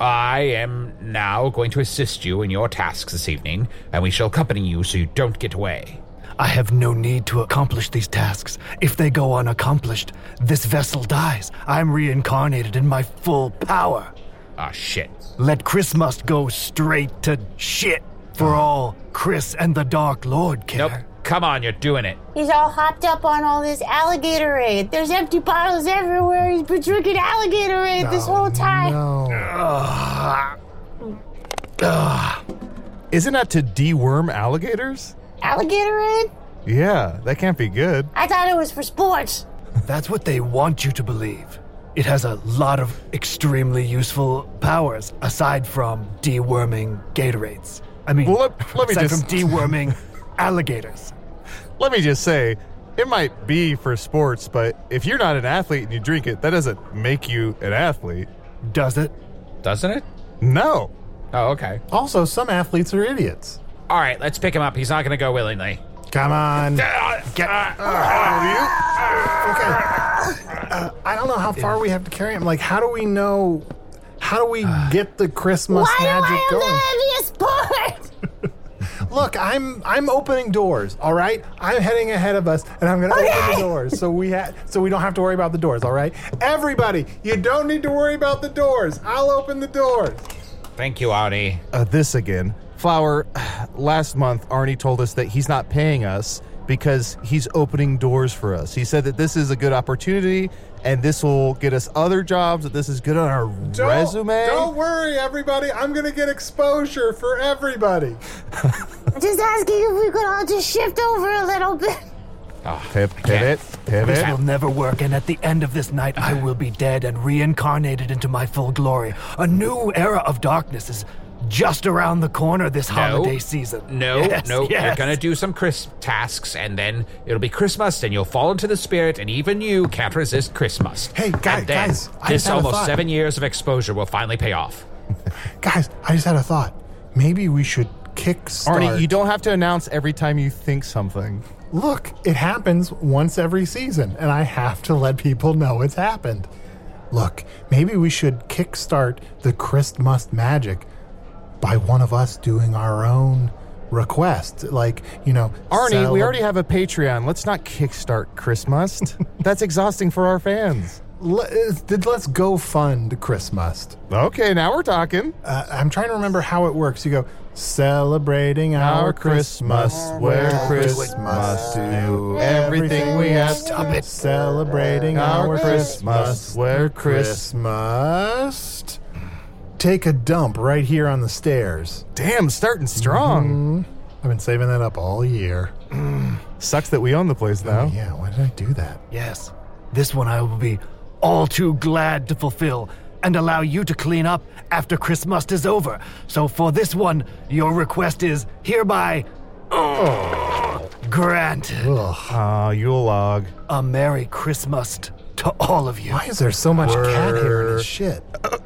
[SPEAKER 7] I am now going to assist you in your tasks this evening, and we shall accompany you so you don't get away.
[SPEAKER 15] I have no need to accomplish these tasks. If they go unaccomplished, this vessel dies. I'm reincarnated in my full power.
[SPEAKER 7] Ah, shit.
[SPEAKER 15] Let Chris must go straight to shit for all Chris and the Dark Lord care.
[SPEAKER 7] Nope. Come on, you're doing it.
[SPEAKER 8] He's all hopped up on all this alligator aid. There's empty bottles everywhere. He's been drinking alligator aid this whole time.
[SPEAKER 5] Isn't that to deworm alligators?
[SPEAKER 8] Alligator aid?
[SPEAKER 5] Yeah, that can't be good.
[SPEAKER 8] I thought it was for sports.
[SPEAKER 15] That's what they want you to believe. It has a lot of extremely useful powers aside from deworming Gatorades. I mean,
[SPEAKER 5] Well, let- let me
[SPEAKER 15] aside
[SPEAKER 5] just-
[SPEAKER 15] from deworming alligators.
[SPEAKER 5] Let me just say, it might be for sports, but if you're not an athlete and you drink it, that doesn't make you an athlete.
[SPEAKER 15] Does it?
[SPEAKER 7] Doesn't it?
[SPEAKER 5] No.
[SPEAKER 7] Oh, okay.
[SPEAKER 4] Also, some athletes are idiots.
[SPEAKER 7] All right, let's pick him up. He's not going to go willingly.
[SPEAKER 4] Come on.
[SPEAKER 7] Get
[SPEAKER 4] Uh, I don't know how far we have to carry him. Like, how do we know? How do we
[SPEAKER 7] Uh,
[SPEAKER 4] get the Christmas
[SPEAKER 8] Why do
[SPEAKER 4] magic
[SPEAKER 8] I
[SPEAKER 4] going?
[SPEAKER 8] have the heaviest part?
[SPEAKER 4] Look, I'm I'm opening doors. All right, I'm heading ahead of us, and I'm gonna open the doors so we ha- so we don't have to worry about the doors. All right, everybody, you don't need to worry about the doors. I'll open the doors.
[SPEAKER 7] Thank you, Arnie.
[SPEAKER 5] Uh, this again. Flower, last month, Arnie told us that he's not paying us because he's opening doors for us. He said that this is a good opportunity and this will get us other jobs, that this is good on our
[SPEAKER 4] Don't,
[SPEAKER 5] resume.
[SPEAKER 4] Oh, Don't worry, everybody. I'm gonna get exposure for everybody.
[SPEAKER 8] just asking if we could all just shift over a little bit.
[SPEAKER 5] Pip, pivot,
[SPEAKER 15] This
[SPEAKER 5] pivot.
[SPEAKER 15] will never work, and at the end of this night, I will be dead and reincarnated into my full glory. A new era of darkness is just around the corner this holiday season.
[SPEAKER 7] No,
[SPEAKER 15] Yes,
[SPEAKER 7] no, you're
[SPEAKER 15] yes.
[SPEAKER 7] gonna do some Chris tasks, and then it'll be Christmas, and you'll fall into the spirit, and even you can't resist Christmas.
[SPEAKER 4] Hey, guy-
[SPEAKER 7] and then
[SPEAKER 4] guys, I just
[SPEAKER 7] this
[SPEAKER 4] had a
[SPEAKER 7] almost
[SPEAKER 4] thought.
[SPEAKER 7] seven years of exposure will finally pay off.
[SPEAKER 4] Guys, I just had a thought. Maybe we should kick
[SPEAKER 5] Arnie, you don't have to announce every time you think something.
[SPEAKER 4] Look, it happens once every season, and I have to let people know it's happened. Look, maybe we should kickstart the Christmas magic by one of us doing our own request. Like, you know,
[SPEAKER 5] Arnie,
[SPEAKER 4] celeb-
[SPEAKER 5] we already have a Patreon. Let's not kickstart Christmas. That's exhausting for our fans.
[SPEAKER 4] Le- uh, th- let's go fund Christmas.
[SPEAKER 5] Okay, now we're talking.
[SPEAKER 4] Uh, I'm trying to remember how it works. You go celebrating our,
[SPEAKER 5] Our
[SPEAKER 4] Christmas, where
[SPEAKER 5] Christmas, where
[SPEAKER 4] Christmas,
[SPEAKER 5] Christmas
[SPEAKER 4] do
[SPEAKER 5] everything we ask.
[SPEAKER 4] Stop it. Celebrating
[SPEAKER 5] Our
[SPEAKER 4] our Christmas,
[SPEAKER 5] Christmas, where
[SPEAKER 4] Christmas. Take a dump right here on the stairs. Mm-hmm.
[SPEAKER 5] Damn, starting strong.
[SPEAKER 4] I've been saving that up all year. Oh,
[SPEAKER 5] Sucks that we own the place now.
[SPEAKER 4] Yeah, why did I do that?
[SPEAKER 15] Yes, this one I will be all too glad to fulfill and allow you to clean up after Christmas is over. So for this one, your request is hereby granted.
[SPEAKER 4] Ugh.
[SPEAKER 5] Ah, Yule log.
[SPEAKER 15] A Merry Christmas to all of you.
[SPEAKER 4] Why is there so much cat hair in
[SPEAKER 5] Word.
[SPEAKER 4] this shit?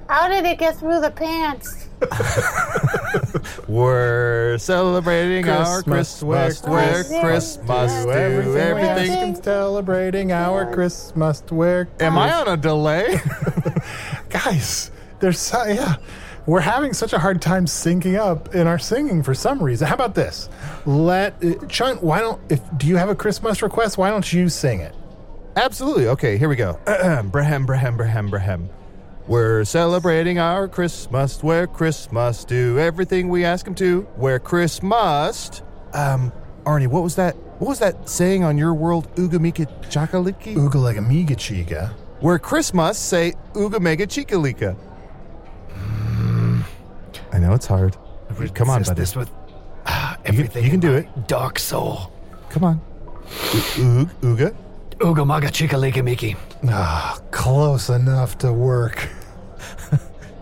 [SPEAKER 8] How did it get through the pants?
[SPEAKER 5] We're celebrating our
[SPEAKER 4] Christmas,
[SPEAKER 5] Christmas, where
[SPEAKER 8] Christmas,
[SPEAKER 5] Christmas do everything.
[SPEAKER 4] we ask. Celebrating our Christmas, where
[SPEAKER 5] Am I on a delay?
[SPEAKER 4] guys, there's so, yeah, we're having such a hard time syncing up in our singing for some reason. How about this? Let uh, Chunt. Why don't if do you have a Christmas request? Why don't you sing it?
[SPEAKER 5] Absolutely. Okay, here we go. Brahem, Brahem, Brahem, Brahem. We're celebrating our Christmas, where Christmas do everything we ask him to, where Christmas. Um, Arnie, what was that? What was that saying on your world, Ugamika Chakaliki?
[SPEAKER 4] Ooga like amiga chiga.
[SPEAKER 5] where Christmas say Ugamega Chikalika. I know it's hard. Come on,
[SPEAKER 15] Resist
[SPEAKER 5] buddy.
[SPEAKER 15] This with ah, everything.
[SPEAKER 5] you can
[SPEAKER 15] in
[SPEAKER 5] do
[SPEAKER 15] my
[SPEAKER 5] it.
[SPEAKER 15] Dark soul.
[SPEAKER 5] Come on. Oog, Uga.
[SPEAKER 15] Ooga maga chikalika miki.
[SPEAKER 4] Ah, close enough to work.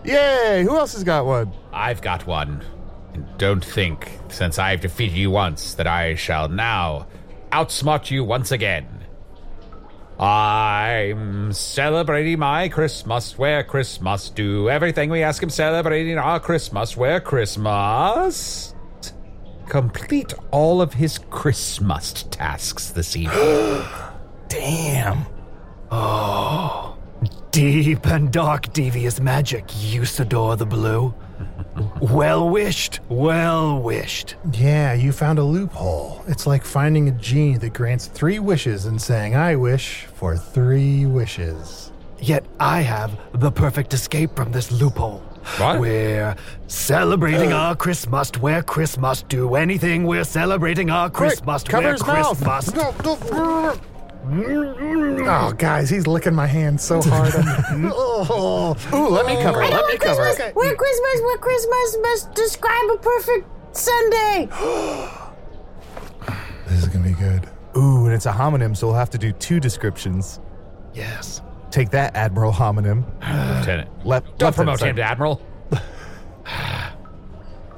[SPEAKER 5] Yay! Who else has got one?
[SPEAKER 7] I've got one. And don't think, since I've defeated you once, that I shall now outsmart you once again. I'm celebrating my Christmas where Christmas do everything we ask him celebrating our Christmas where Christmas complete all of his Christmas tasks this evening.
[SPEAKER 15] Damn. Oh. Deep and dark devious magic, Usador the Blue. well wished, well wished.
[SPEAKER 4] Yeah, you found a loophole. It's like finding a genie that grants three wishes and saying, I wish for three wishes.
[SPEAKER 15] Yet I have the perfect escape from this loophole.
[SPEAKER 7] What? Uh.
[SPEAKER 15] We're celebrating our Christmas where Christmas do anything. We're celebrating our Christmas
[SPEAKER 4] cover
[SPEAKER 15] where
[SPEAKER 4] his mouth.
[SPEAKER 15] Christmas.
[SPEAKER 4] Oh, guys, he's licking my hand so hard. oh.
[SPEAKER 5] Ooh, let me cover
[SPEAKER 8] I
[SPEAKER 5] it.
[SPEAKER 8] know
[SPEAKER 5] Let
[SPEAKER 8] what
[SPEAKER 5] me cover
[SPEAKER 8] Christmas,
[SPEAKER 5] it.
[SPEAKER 8] Where Christmas, where Christmas must describe a perfect Sunday. Oh,
[SPEAKER 4] This is gonna be good.
[SPEAKER 5] Ooh, and it's a homonym, so we'll have to do two descriptions.
[SPEAKER 15] Yes.
[SPEAKER 5] Take that, Admiral Homonym.
[SPEAKER 7] Lieutenant.
[SPEAKER 5] Lep-
[SPEAKER 7] Don't
[SPEAKER 5] Lefton,
[SPEAKER 7] promote
[SPEAKER 5] sorry.
[SPEAKER 7] him to Admiral.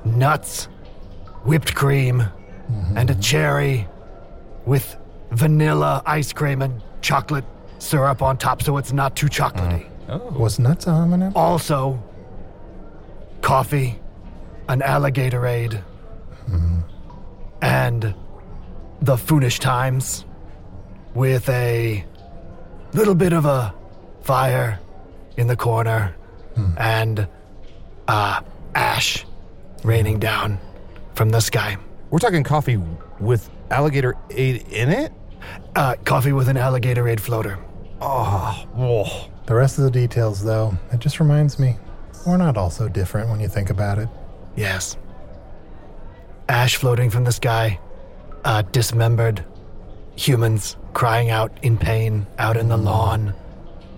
[SPEAKER 15] nuts, whipped cream, and a cherry with vanilla ice cream and chocolate syrup on top so it's not too chocolatey.
[SPEAKER 4] Was nuts a homonym?
[SPEAKER 15] Also, coffee, an alligatorade,
[SPEAKER 4] Mm-hmm.
[SPEAKER 15] and the Foonish Times with a little bit of a fire in the corner and uh, ash raining down from the sky.
[SPEAKER 5] We're talking coffee with alligator aid in it?
[SPEAKER 15] Uh, coffee with an alligatorade floater.
[SPEAKER 5] Oh, whoa.
[SPEAKER 4] The rest of the details, though, it just reminds me we're not all so different when you think about it.
[SPEAKER 15] Yes. Ash floating from the sky, uh, dismembered humans crying out in pain out in the lawn.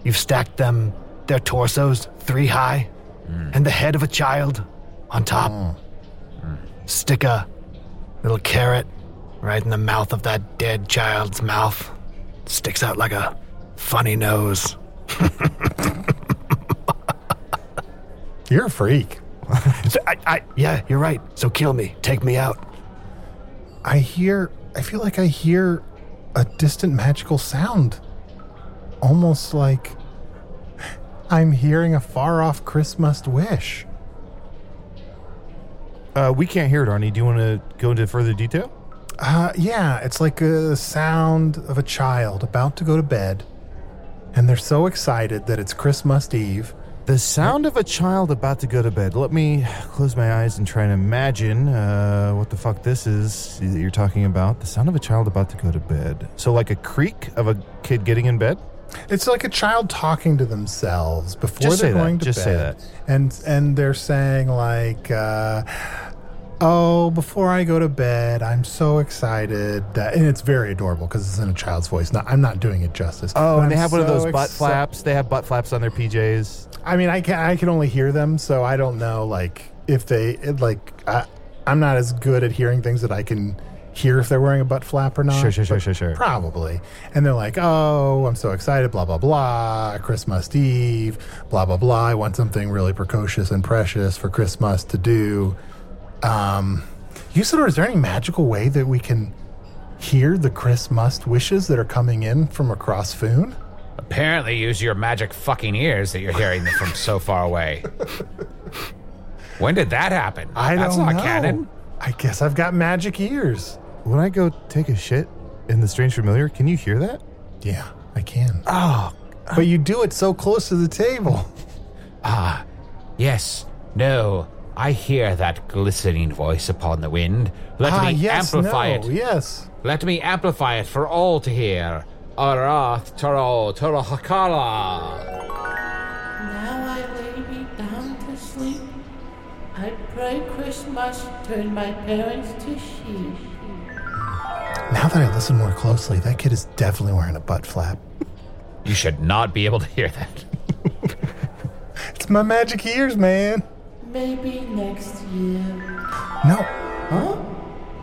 [SPEAKER 15] You've stacked them, their torsos three high, and the head of a child on top. Stick a little carrot right in the mouth of that dead child's mouth. Sticks out like a funny nose.
[SPEAKER 4] You're a freak.
[SPEAKER 15] So I, I, yeah, you're right. So kill me, take me out.
[SPEAKER 4] I hear, I feel like I hear a distant magical sound. Almost like I'm hearing a far off Christmas wish.
[SPEAKER 5] Uh, we can't hear it, Arnie. Do you want to go into further detail?
[SPEAKER 4] Uh, yeah, it's like a sound of a child about to go to bed, and they're so excited that it's Christmas Eve.
[SPEAKER 5] The sound of a child about to go to bed. Let me close my eyes and try and imagine uh, what the fuck this is that you're talking about. The sound of a child about to go to bed. So, like a creak of a kid getting in bed?
[SPEAKER 4] It's like a child talking to themselves before
[SPEAKER 5] Just
[SPEAKER 4] they're
[SPEAKER 5] say that.
[SPEAKER 4] going to
[SPEAKER 5] Just
[SPEAKER 4] bed.
[SPEAKER 5] say that.
[SPEAKER 4] And and they're saying like, uh, "Oh, before I go to bed, I'm so excited." that-" and it's very adorable because it's in a child's voice. Not, I'm not doing it justice.
[SPEAKER 5] Oh,
[SPEAKER 4] But
[SPEAKER 5] and they
[SPEAKER 4] I'm
[SPEAKER 5] have one of
[SPEAKER 4] so
[SPEAKER 5] those butt
[SPEAKER 4] exci-
[SPEAKER 5] flaps. They have butt flaps on their PJs.
[SPEAKER 4] I mean, I can I can only hear them, so I don't know like if they it, like I, I'm not as good at hearing things that I can hear if they're wearing a butt flap or not.
[SPEAKER 5] Sure, sure, sure,
[SPEAKER 4] but
[SPEAKER 5] sure, sure.
[SPEAKER 4] Probably. And they're like, "Oh, I'm so excited, blah blah blah, Christmas Eve, blah blah blah. I want something really precocious and precious for Christmas to do." Um, Usador, is there any magical way that we can hear the Christmas wishes that are coming in from across Foon?
[SPEAKER 7] Apparently, use your magic fucking ears that you're hearing them from so far away. When did that happen?
[SPEAKER 4] I
[SPEAKER 7] That's
[SPEAKER 4] don't
[SPEAKER 7] not
[SPEAKER 4] know.
[SPEAKER 7] canon.
[SPEAKER 4] I guess I've got magic ears.
[SPEAKER 5] When I go take a shit in the strange familiar, can you hear that?
[SPEAKER 4] Yeah, I can.
[SPEAKER 5] Oh,
[SPEAKER 4] But you do it so close to the table.
[SPEAKER 7] Ah, yes. No. I hear that glistening voice upon the wind. Let
[SPEAKER 4] ah,
[SPEAKER 7] me
[SPEAKER 4] yes,
[SPEAKER 7] amplify
[SPEAKER 4] no,
[SPEAKER 7] it.
[SPEAKER 4] Yes.
[SPEAKER 7] Let me amplify it for all to hear. Arath Taro Toro Hakala.
[SPEAKER 16] Now I lay me down to sleep. I pray Christmas turn my parents to sheep.
[SPEAKER 4] Now that I listen more closely, that kid is definitely wearing a butt flap.
[SPEAKER 7] You should not be able to hear that.
[SPEAKER 4] It's my magic ears, man.
[SPEAKER 16] Maybe next year.
[SPEAKER 4] No. Huh?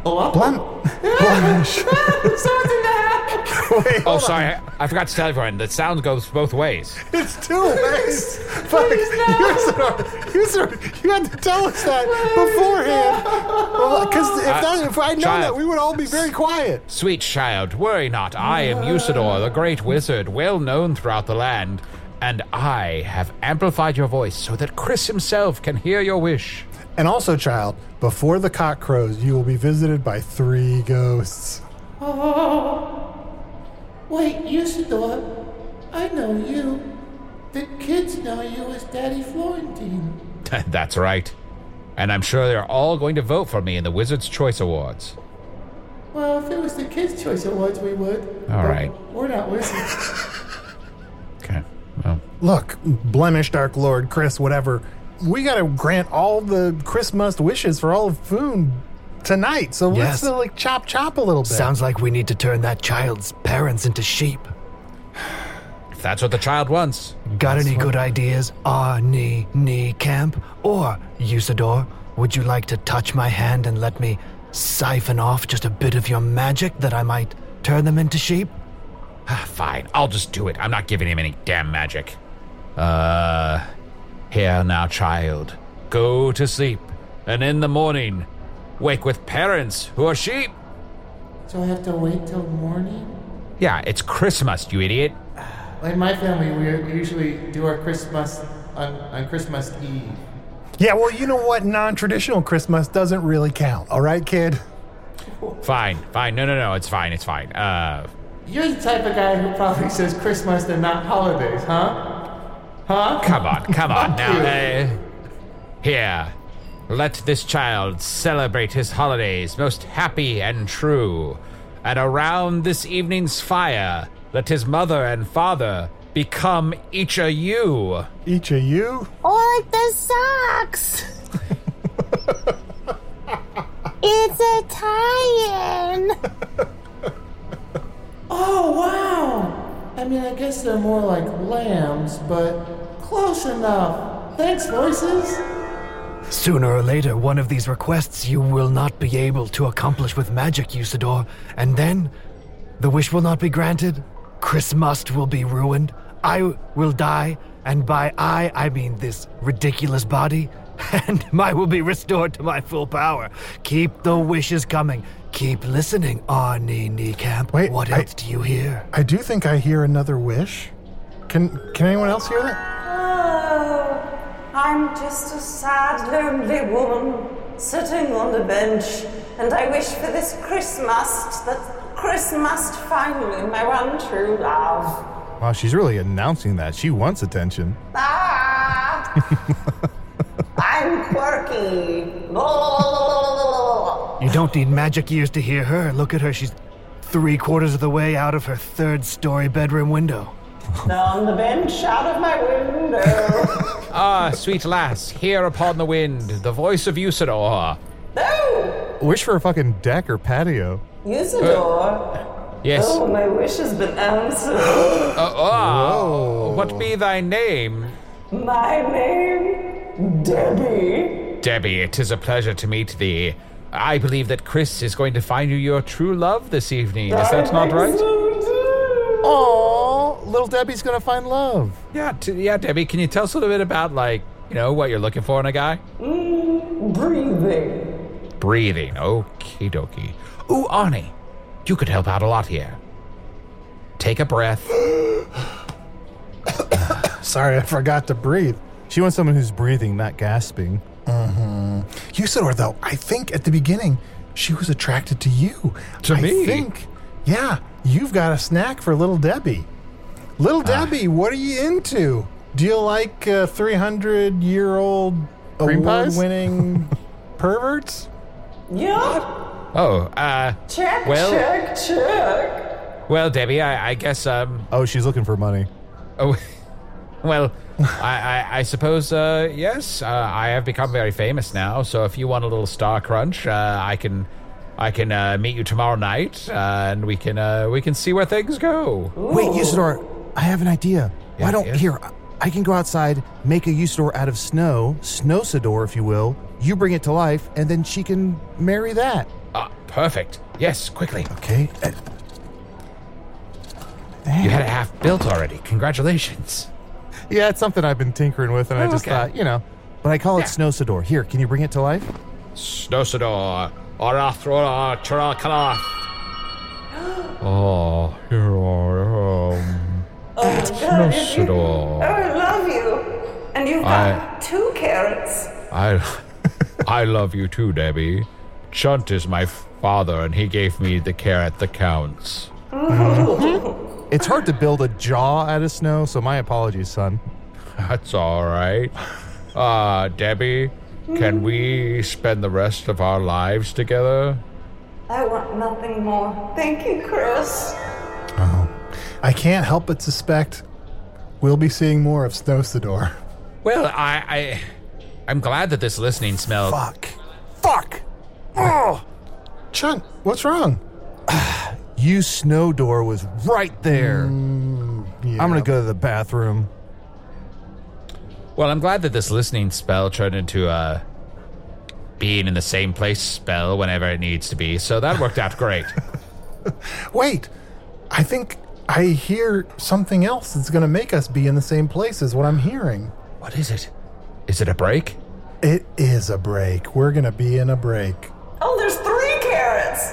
[SPEAKER 4] Blem- Blemish.
[SPEAKER 16] Something that
[SPEAKER 7] oh, sorry. I, I forgot to tell everyone. The sound goes both ways.
[SPEAKER 4] It's two ways. Fuck. You, was our, you, was our, you had to tell us that beforehand. Because if,
[SPEAKER 7] Uh,
[SPEAKER 4] that if I'd known
[SPEAKER 7] child.
[SPEAKER 4] that, we would all be very quiet.
[SPEAKER 7] Sweet child, worry not. I am Usador, the great wizard, well known throughout the land. And I have amplified your voice so that Chris himself can hear your wish.
[SPEAKER 4] And also, child, before the cock crows, you will be visited by three ghosts.
[SPEAKER 16] Oh. Wait, Usador, I know you. The kids know you as Daddy Florentine.
[SPEAKER 7] That's right. And I'm sure they're all going to vote for me in the Wizard's Choice Awards.
[SPEAKER 16] Well, if it was the Kids' Choice Awards, we would.
[SPEAKER 7] All right.
[SPEAKER 16] We're not wizards.
[SPEAKER 4] Look, blemish, dark lord, Chris, whatever. We got to grant all the Christmas wishes for all of Foon tonight. So
[SPEAKER 15] Yes.
[SPEAKER 4] let's uh, like chop chop a little bit.
[SPEAKER 15] Sounds like we need to turn that child's parents into sheep.
[SPEAKER 7] If that's what the child wants.
[SPEAKER 15] Got any good ideas, Arnie Knee Camp? Or, Usador, would you like to touch my hand and let me siphon off just a bit of your magic that I might turn them into sheep?
[SPEAKER 7] Ah, Fine, I'll just do it. I'm not giving him any damn magic. Uh, here now, child. Go to sleep, and in the morning, wake with parents who are sheep.
[SPEAKER 16] so I have to wait till morning?
[SPEAKER 7] Yeah, it's Christmas, you idiot.
[SPEAKER 16] In my family, we usually do our Christmas on, on Christmas Eve.
[SPEAKER 4] Yeah, well, you know what? Non traditional Christmas doesn't really count. All right, kid?
[SPEAKER 7] Fine, fine. No, no, no. It's fine. It's fine. Uh,
[SPEAKER 16] You're the type of guy who probably says Christmas and not holidays, huh? Huh?
[SPEAKER 7] come on, come on
[SPEAKER 16] Fuck
[SPEAKER 7] now.
[SPEAKER 16] you.
[SPEAKER 7] Uh, here, let this child celebrate his holidays most happy and true. And around this evening's fire, let his mother and father become each a you.
[SPEAKER 4] Each of you?
[SPEAKER 11] Or the socks. it's a tie-in.
[SPEAKER 16] Oh, wow! I mean, I guess they're more like lambs, but close enough. Thanks, voices!
[SPEAKER 15] Sooner or later, one of these requests you will not be able to accomplish with magic, Usador, and then the wish will not be granted, Christmas will be ruined, I will die, and by I, I mean this ridiculous body, and my will be restored to my full power. Keep the wishes coming. Keep listening, Arnie Niekamp. Wait, what
[SPEAKER 4] I-
[SPEAKER 15] else do you hear?
[SPEAKER 4] I do think I hear another wish. Can can anyone else hear that?
[SPEAKER 17] Oh, I'm just a sad, lonely woman sitting on the bench, and I wish for this Christmas that Christmas finally my one true love.
[SPEAKER 5] Wow, she's really announcing that. She wants attention.
[SPEAKER 17] Ah, I'm quirky.
[SPEAKER 15] You don't need magic ears to hear her. Look at her. She's three quarters of the way out of her third story bedroom window.
[SPEAKER 17] On the bench, out of my window.
[SPEAKER 7] Ah, sweet lass, hear upon the wind the voice of Usador.
[SPEAKER 5] Wish for a fucking deck or patio.
[SPEAKER 17] Usador.
[SPEAKER 7] Uh, Yes.
[SPEAKER 17] Oh, my wish has been answered.
[SPEAKER 7] Uh, oh, what be thy name?
[SPEAKER 17] my name, Debbie.
[SPEAKER 7] Debbie, it is a pleasure to meet thee. I believe that Chris is going to find you your true love this evening. Is that not right?
[SPEAKER 5] Oh, little Debbie's gonna find love.
[SPEAKER 7] Yeah, t- yeah, Debbie, can you tell us a little bit about, like, you know, what you're looking for in a guy?
[SPEAKER 17] Mm, breathing.
[SPEAKER 7] Breathing. Okie dokie. Ooh, Arnie, you could help out a lot here. Take a breath.
[SPEAKER 4] Sorry, I forgot to breathe.
[SPEAKER 5] She wants someone who's breathing, not gasping.
[SPEAKER 4] Mm-hmm. Usador, though, I think at the beginning she was attracted to you.
[SPEAKER 5] To
[SPEAKER 4] I
[SPEAKER 5] me?
[SPEAKER 4] think, yeah, you've got a snack for Little Debbie. Little
[SPEAKER 5] Ah.
[SPEAKER 4] Debbie, what are you into? Do you like uh, 300 year old
[SPEAKER 5] Cream
[SPEAKER 4] award
[SPEAKER 5] pies?
[SPEAKER 4] winning perverts?
[SPEAKER 17] Yeah.
[SPEAKER 7] Oh, uh,
[SPEAKER 17] Check,
[SPEAKER 7] Well-
[SPEAKER 17] check, check.
[SPEAKER 7] well, Debbie, I, I guess, um,
[SPEAKER 5] Oh, she's looking for money.
[SPEAKER 7] Oh, well, I, I, I suppose, uh, yes. Uh, I have become very famous now, so if you want a little star crunch, uh, I can, I can uh, meet you tomorrow night, uh, and we can, uh, we can see where things go.
[SPEAKER 5] Wait, Usador, I have an idea. Why don't here? I- I can go outside, make a Usador out of snow, Snowsador, if you will. You bring it to life, and then she can
[SPEAKER 7] Uh,
[SPEAKER 5] marry that.
[SPEAKER 7] Ah, perfect. Yes, quickly.
[SPEAKER 4] Okay.
[SPEAKER 7] You had it half built already. Congratulations.
[SPEAKER 5] Yeah, it's something I've been tinkering with, and I
[SPEAKER 7] Oh,
[SPEAKER 5] just
[SPEAKER 7] okay.
[SPEAKER 5] thought, you know. But I call it Snowsador. Here, can you bring it to life?
[SPEAKER 7] Snosador. Orathrora Charakala. Oh, here I am.
[SPEAKER 17] Oh, my God. you- Oh,
[SPEAKER 7] Snosador.
[SPEAKER 17] I love you. And you've got
[SPEAKER 7] I-
[SPEAKER 17] two carrots.
[SPEAKER 7] I, I love you too, Debbie. Chunt is my father, and he gave me the carrot that counts.
[SPEAKER 5] It's hard to build a jaw out of snow, so my apologies, son.
[SPEAKER 7] That's all right. Uh, Debbie, can we spend the rest of our lives together?
[SPEAKER 17] I want nothing more. Thank you, Chris.
[SPEAKER 4] I can't help but suspect we'll be seeing more of Snowsador.
[SPEAKER 7] Well, I, I, I'm glad that this listening smell.
[SPEAKER 4] Fuck. Fuck! Oh! Chunt, what's wrong?
[SPEAKER 5] You Snowdor was right there.
[SPEAKER 4] Mm,
[SPEAKER 5] I'm gonna go to the bathroom.
[SPEAKER 7] Well, I'm glad that this listening spell turned into a being in the same place spell whenever it needs to be. So that worked out great.
[SPEAKER 4] Wait, I think I hear something else that's going to make us be in the same place is what I'm hearing.
[SPEAKER 7] What is it? Is it a break?
[SPEAKER 4] It is a break. We're going to be in a break.
[SPEAKER 17] Oh, there's three carrots.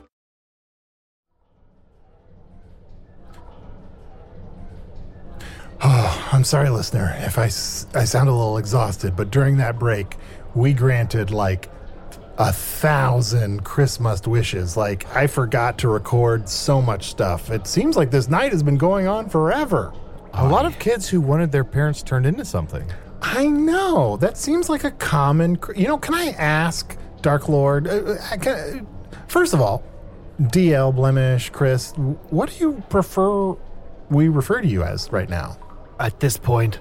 [SPEAKER 4] Oh, I'm sorry, listener, if I, s- I sound a little exhausted, but during that break, we granted like a thousand Christmas wishes. Like, I forgot to record so much stuff. It seems like this night has been going on forever.
[SPEAKER 5] A lot of kids who wanted their parents turned into something.
[SPEAKER 4] I know. That seems like a common. cr- You know, can I ask, Dark Lord? Uh, uh, can, first of all, DL Blemish, Chris, what do you prefer we refer to you as right now?
[SPEAKER 15] At this point,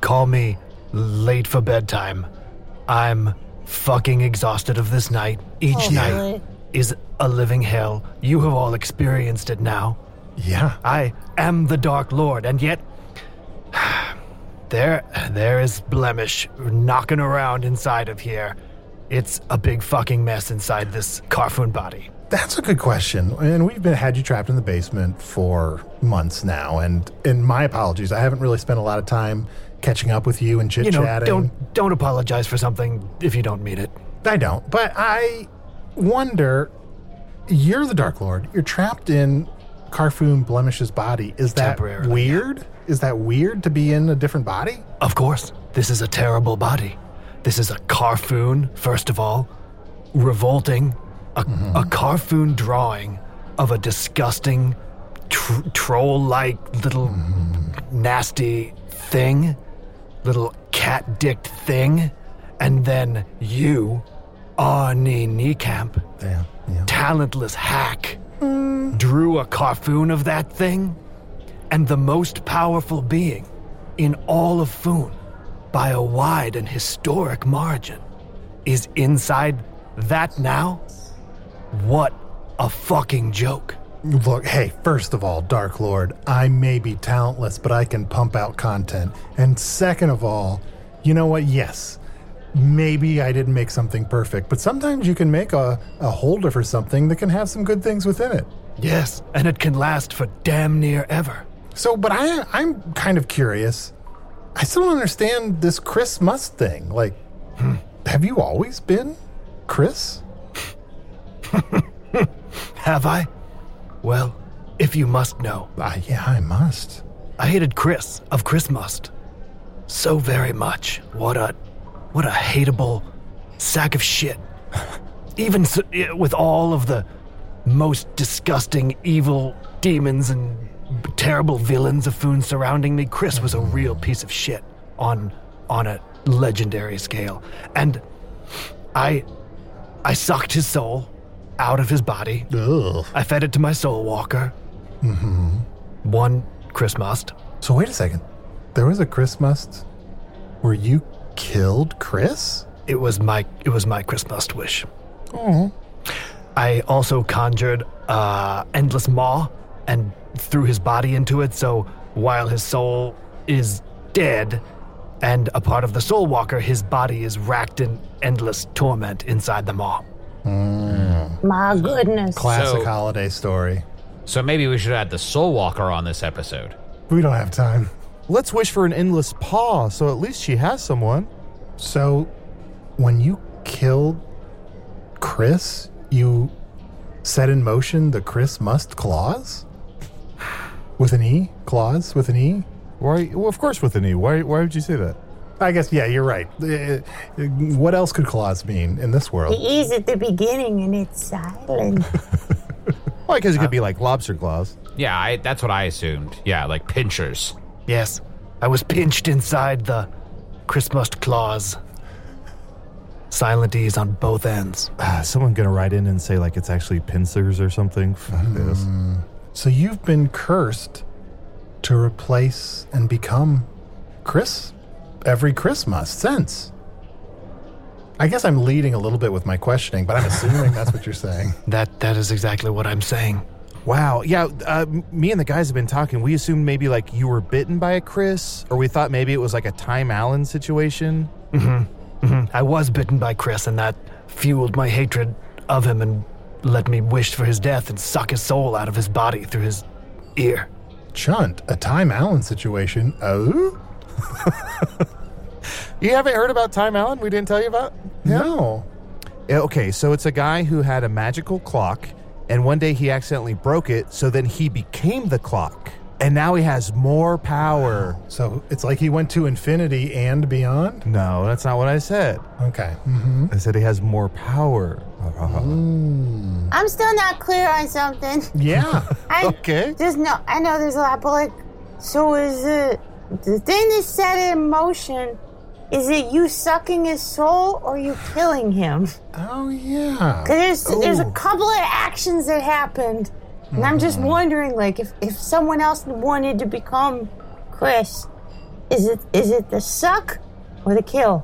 [SPEAKER 15] call me late for bedtime. I'm fucking exhausted of this night. Each
[SPEAKER 9] Oh,
[SPEAKER 15] night
[SPEAKER 9] really?
[SPEAKER 15] is a living hell. You have all experienced it now.
[SPEAKER 4] Yeah.
[SPEAKER 15] I am the Dark Lord, and yet there there is blemish knocking around inside of here. It's a big fucking mess inside this Carfoon body.
[SPEAKER 4] That's a good question. And we've been had you trapped in the basement for months now. And and my apologies, I haven't really spent a lot of time catching up with you and chit
[SPEAKER 15] You
[SPEAKER 4] chatting.
[SPEAKER 15] know, don't don't apologize for something if you don't mean it.
[SPEAKER 4] I don't. But I wonder you're the Dark Lord. You're trapped in Carfoon Blemish's body. Is that
[SPEAKER 15] Temporarily,
[SPEAKER 4] weird? Is that weird to be in a different body?
[SPEAKER 15] Of course, this is a terrible body. This is a Carfoon, first of all. Revolting. A, a Carfoon drawing of a disgusting, tr- troll like little nasty thing, little cat dicked thing. And then you, Arnie Niekamp, talentless hack, drew a Carfoon of that thing and the most powerful being in all of Foon by a wide and historic margin is inside that now? What a fucking joke.
[SPEAKER 4] Look, hey, first of all, Dark Lord, I may be talentless, but I can pump out content. And second of all, you know what? Yes, maybe I didn't make something perfect, but sometimes you can make a, a holder for something that can have some good things within it.
[SPEAKER 15] Yes, and it can last for damn near ever.
[SPEAKER 4] So, but I, I'm kind of curious.
[SPEAKER 15] Hmm.
[SPEAKER 4] I still don't understand this Chris Must thing. Like, have you always been Chris?
[SPEAKER 15] Have I? Well, if you must know.
[SPEAKER 4] Uh, yeah, I must.
[SPEAKER 15] I hated Chris of Chris Must so very much. What a, what a hateable sack of shit. Even so, eh, with all of the most disgusting evil demons and b- terrible villains of Foon surrounding me, Chris was a real
[SPEAKER 4] Mm.
[SPEAKER 15] piece of shit on on a legendary scale. And I I sucked his soul out of his body. I fed it to my soul walker.
[SPEAKER 4] Mm-hmm.
[SPEAKER 15] One Christmas.
[SPEAKER 4] So wait a second. There was a Christmas where you killed Chris?
[SPEAKER 15] It was my it was my Christmas wish.
[SPEAKER 4] Oh.
[SPEAKER 15] I also conjured uh, Endless Maw and threw his body into it. So while his soul is dead and a part of the Soul Walker, his body is racked in endless torment inside the maw.
[SPEAKER 4] Hmm.
[SPEAKER 8] My goodness.
[SPEAKER 4] Classic holiday story.
[SPEAKER 7] So maybe we should add the Soul Walker on this episode.
[SPEAKER 4] We don't have time.
[SPEAKER 5] Let's wish for an endless paw, so at least she has someone.
[SPEAKER 4] So, when you killed Chris, you set in motion the Chris must clause? With an E? Clause with an E?
[SPEAKER 5] Why? Well, of course, with an E. Why? Why would you say that?
[SPEAKER 4] I guess, yeah, you're right. Uh, uh, What else could clause mean in this
[SPEAKER 8] The
[SPEAKER 4] world?
[SPEAKER 8] E's at the beginning and it's silent.
[SPEAKER 5] Why? Because it could be like lobster claws.
[SPEAKER 7] Yeah, I, that's what I assumed. Yeah, like pinchers.
[SPEAKER 15] Yes, I was pinched inside the Christmas claws. Silent E's on both ends.
[SPEAKER 5] Ah, is someone gonna write in and say like it's actually pincers or something. Fuck this.
[SPEAKER 4] Mm. So, you've been cursed to replace and become Chris every Christmas since. I guess I'm leading a little bit with my questioning, but I'm assuming that's what you're saying.
[SPEAKER 15] That that is exactly what I'm saying.
[SPEAKER 5] Wow. Yeah. Uh, m- me and the guys have been talking. We assumed maybe like you were bitten by a Chris, or we thought maybe it was like a Time Allen situation.
[SPEAKER 15] Mm-hmm. Mm-hmm. I was bitten by Chris, and that fueled my hatred of him and let me wish for his death and suck his soul out of his body through his ear.
[SPEAKER 4] Chunt, a Time Allen situation. Oh?
[SPEAKER 5] You haven't heard about Time Allen? We didn't tell you about?
[SPEAKER 4] No.
[SPEAKER 5] Yeah, Eh, Okay, so it's a guy who had a magical clock, and one day he accidentally broke it, so then he became the clock. And now he has more power.
[SPEAKER 4] So it's like he went to infinity and beyond?
[SPEAKER 5] No, that's not what I said.
[SPEAKER 4] Okay. Mm-hmm. Mm.
[SPEAKER 5] I said he has more power.
[SPEAKER 8] I'm still not clear on something.
[SPEAKER 4] Yeah.
[SPEAKER 8] I
[SPEAKER 5] Okay.
[SPEAKER 8] There's no, I know there's a lot, but like, so is it the thing that set it in motion? Is it you sucking his soul or you killing him?
[SPEAKER 4] Oh yeah.
[SPEAKER 8] 'Cause there's there's a
[SPEAKER 4] Ooh. Mm-hmm.
[SPEAKER 8] couple of actions that happened, and I'm just wondering, like, if if someone else wanted to become Chris, is it is it the suck or the kill?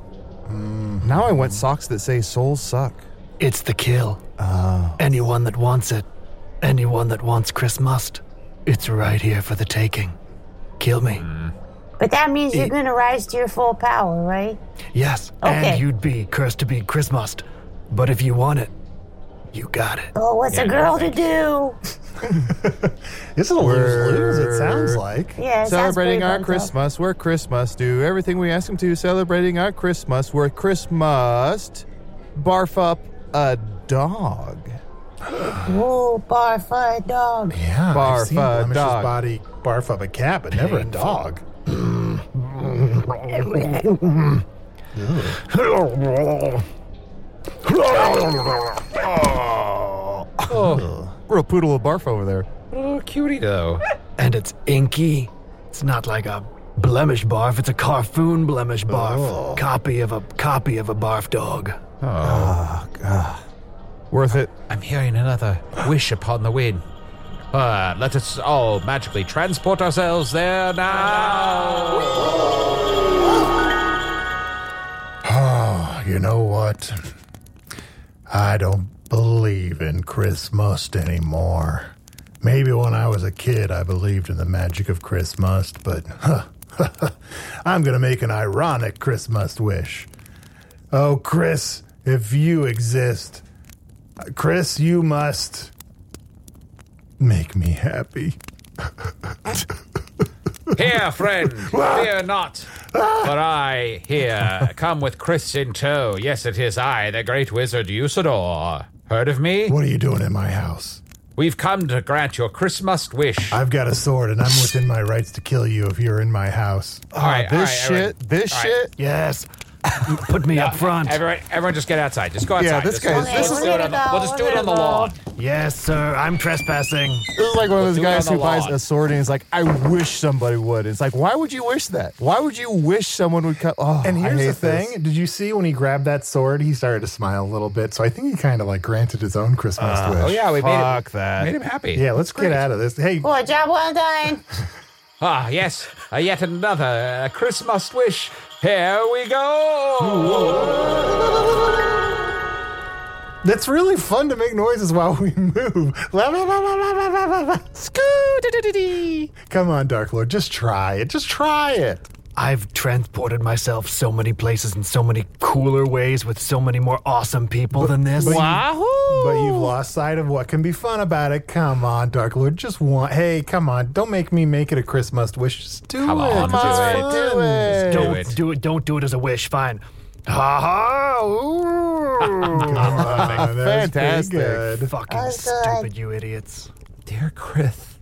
[SPEAKER 5] Now I want socks that say souls suck. Ah.
[SPEAKER 15] It's the kill. Anyone that wants it, anyone that wants Chris must. It's right here for the taking. Kill me.
[SPEAKER 5] Mm.
[SPEAKER 8] But that means
[SPEAKER 4] E
[SPEAKER 8] you're gonna rise to your full power, right?
[SPEAKER 15] Yes,
[SPEAKER 8] Okay.
[SPEAKER 15] and you'd be cursed to be Chris must. But if you want it, you got it.
[SPEAKER 8] Oh, what's a
[SPEAKER 15] Yeah,
[SPEAKER 8] girl to do?
[SPEAKER 4] This is a lose lose, it sounds like.
[SPEAKER 8] Yeah, it sounds
[SPEAKER 5] celebrating
[SPEAKER 8] pretty
[SPEAKER 5] our
[SPEAKER 8] bunch up.
[SPEAKER 5] Christmas, we're Christmas. Do everything we ask him to. Celebrating our Christmas, we're Christmas. Barf up a dog.
[SPEAKER 8] Whoa, barf a dog.
[SPEAKER 4] Yeah.
[SPEAKER 5] Barf
[SPEAKER 4] I've seen
[SPEAKER 5] a
[SPEAKER 4] Blemish's
[SPEAKER 5] dog.
[SPEAKER 4] body barf up a cat, but never a
[SPEAKER 15] Painful.
[SPEAKER 4] dog.
[SPEAKER 5] Oh, real poodle of barf over there.
[SPEAKER 7] Oh, cutie though.
[SPEAKER 15] And it's inky. It's not like a blemish barf, it's a carfoon blemish barf.
[SPEAKER 4] Oh.
[SPEAKER 15] Copy of a copy of a barf dog.
[SPEAKER 4] Oh,
[SPEAKER 5] Worth it.
[SPEAKER 7] I'm hearing another wish upon the wind. Uh, let us all magically transport ourselves there now.
[SPEAKER 4] Oh, you know what? I don't believe in Chris Must anymore. Maybe when I was a kid, I believed in the magic of Chris Must, but huh, I'm going to make an ironic Chris Must wish. Oh, Chris, if you exist, Chris, you must make me happy.
[SPEAKER 7] Here, friend, fear not. but I here come with Chris in tow. Yes, it is I, the great wizard Usador. Heard of me?
[SPEAKER 4] What are you doing in my house?
[SPEAKER 7] We've come to grant your Christmas wish.
[SPEAKER 4] I've got a sword and I'm within my rights to kill you if you're in my house.
[SPEAKER 7] All right, all right, all right. All right.
[SPEAKER 4] Yes.
[SPEAKER 15] Put me up front.
[SPEAKER 7] Everyone, everyone, just get outside. Just go outside.
[SPEAKER 15] Yeah, this
[SPEAKER 7] Just-
[SPEAKER 15] guy is-
[SPEAKER 7] We'll
[SPEAKER 15] this
[SPEAKER 7] just
[SPEAKER 15] is-
[SPEAKER 7] do it on the- we'll just do it on the lawn.
[SPEAKER 15] Yes, sir. I'm trespassing.
[SPEAKER 5] This is like one of those
[SPEAKER 15] We'll do it
[SPEAKER 5] guys
[SPEAKER 15] on
[SPEAKER 5] who
[SPEAKER 15] the
[SPEAKER 5] buys
[SPEAKER 15] lawn.
[SPEAKER 5] a sword and he's like, I wish somebody would. It's like, why would you wish that? Why would you wish someone would cut? Oh,
[SPEAKER 4] And
[SPEAKER 5] I
[SPEAKER 4] here's
[SPEAKER 5] hate
[SPEAKER 4] the
[SPEAKER 5] this.
[SPEAKER 4] thing. Did you see when he grabbed that sword? He started to smile a little bit. So I think he kind of like granted his own Christmas
[SPEAKER 5] Uh,
[SPEAKER 4] wish.
[SPEAKER 5] oh, yeah, we made him- Fuck that. made him happy.
[SPEAKER 4] Yeah, let's
[SPEAKER 7] Great.
[SPEAKER 4] get out of this. Hey,
[SPEAKER 8] Boy, job well done.
[SPEAKER 7] Ah, yes, uh, yet another uh, Christmas wish. Here we go.
[SPEAKER 4] that's really fun to make noises while we move. La, la, la, la, la, la, la, la, la. Scoo-doo-doo-doo-doo. Come on, Dark Lord. Just try it. Just try it.
[SPEAKER 15] I've transported myself so many places in so many cooler ways with so many more awesome people than this.
[SPEAKER 4] But You, but you've lost sight of what can be fun about it. Come on, Dark Lord. Just one. Hey, come on. Don't make me make it a Christmas wish. Just do
[SPEAKER 15] Come
[SPEAKER 4] it.
[SPEAKER 15] on,
[SPEAKER 4] Come
[SPEAKER 15] do it.
[SPEAKER 4] Do it.
[SPEAKER 15] Don't do it. Don't do it as a wish. Fine. Ha ha!
[SPEAKER 4] Come on, that was pretty
[SPEAKER 15] Fantastic.
[SPEAKER 4] good.
[SPEAKER 15] Fucking
[SPEAKER 4] That was good.
[SPEAKER 15] stupid, you idiots.
[SPEAKER 18] Dear Krith,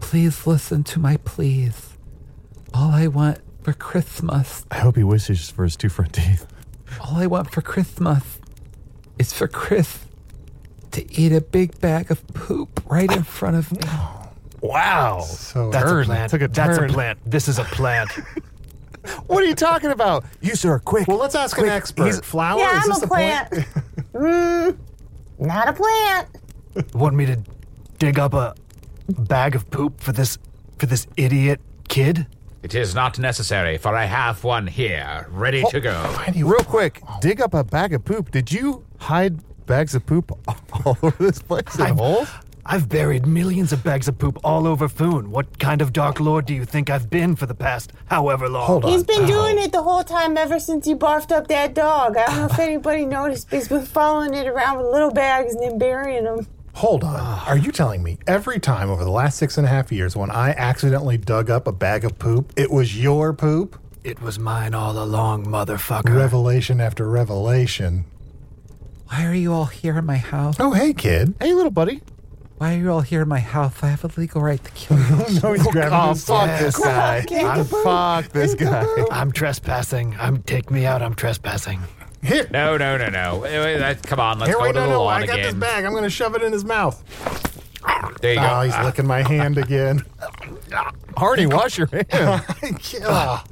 [SPEAKER 18] please listen to my pleas. All I want for Christmas,
[SPEAKER 5] I hope he wishes for his two front teeth.
[SPEAKER 18] all I want for Christmas is for Krith to eat a big bag of poop right in front of me.
[SPEAKER 15] Wow.
[SPEAKER 4] So
[SPEAKER 15] That's
[SPEAKER 5] turn.
[SPEAKER 15] a plant.
[SPEAKER 5] Took a
[SPEAKER 15] That's a
[SPEAKER 5] turn.
[SPEAKER 15] plant. This is a plant.
[SPEAKER 5] What are you talking about? You, sir, quick. Well,
[SPEAKER 4] let's ask
[SPEAKER 5] quick.
[SPEAKER 4] an expert.
[SPEAKER 5] He's-
[SPEAKER 4] Flower?
[SPEAKER 8] yeah,
[SPEAKER 4] is
[SPEAKER 8] I'm
[SPEAKER 4] this
[SPEAKER 8] a
[SPEAKER 4] the
[SPEAKER 8] plant. mm, not a plant.
[SPEAKER 15] Want me to dig up a bag of poop for this for this idiot kid?
[SPEAKER 7] It is not necessary, for I have one here, ready to go.
[SPEAKER 5] Real quick,
[SPEAKER 4] Oh.
[SPEAKER 5] dig up a bag of poop. Did you hide bags of poop all over this place in holes?
[SPEAKER 15] I've buried millions of bags of poop all over Foon. What kind of dark lord do you think I've been for the past however long?
[SPEAKER 8] He's been doing it the whole time ever since he barfed up that dog. I don't know if anybody noticed, but he's been following it around with little bags and then burying them.
[SPEAKER 4] Hold on. Ah, Are you telling me every time over the last six and a half years when I accidentally dug up a bag of poop, it was your poop?
[SPEAKER 15] It was mine all along, motherfucker.
[SPEAKER 4] Revelation after revelation.
[SPEAKER 18] Why are you all here in my house?
[SPEAKER 4] Oh, hey, kid.
[SPEAKER 5] Hey, little buddy.
[SPEAKER 18] Why are you Oh, all here in my house? I have a legal right to kill you.
[SPEAKER 4] no, he's grabbing
[SPEAKER 5] Oh, fuck this guy. I'm fuck this guy.
[SPEAKER 15] I'm trespassing. I'm take me out. I'm trespassing.
[SPEAKER 4] Here.
[SPEAKER 7] No, no, no, no. Wait, wait, that- Come on, let's
[SPEAKER 4] Here,
[SPEAKER 7] go
[SPEAKER 4] wait,
[SPEAKER 7] to
[SPEAKER 4] no,
[SPEAKER 7] the
[SPEAKER 4] no.
[SPEAKER 7] lawn
[SPEAKER 4] I got this
[SPEAKER 7] again.
[SPEAKER 4] bag. I'm going to shove it in his mouth.
[SPEAKER 7] There you go.
[SPEAKER 4] Oh, he's
[SPEAKER 7] Ah.
[SPEAKER 4] licking my hand again.
[SPEAKER 5] Hardy, wash your hand.
[SPEAKER 4] Ah.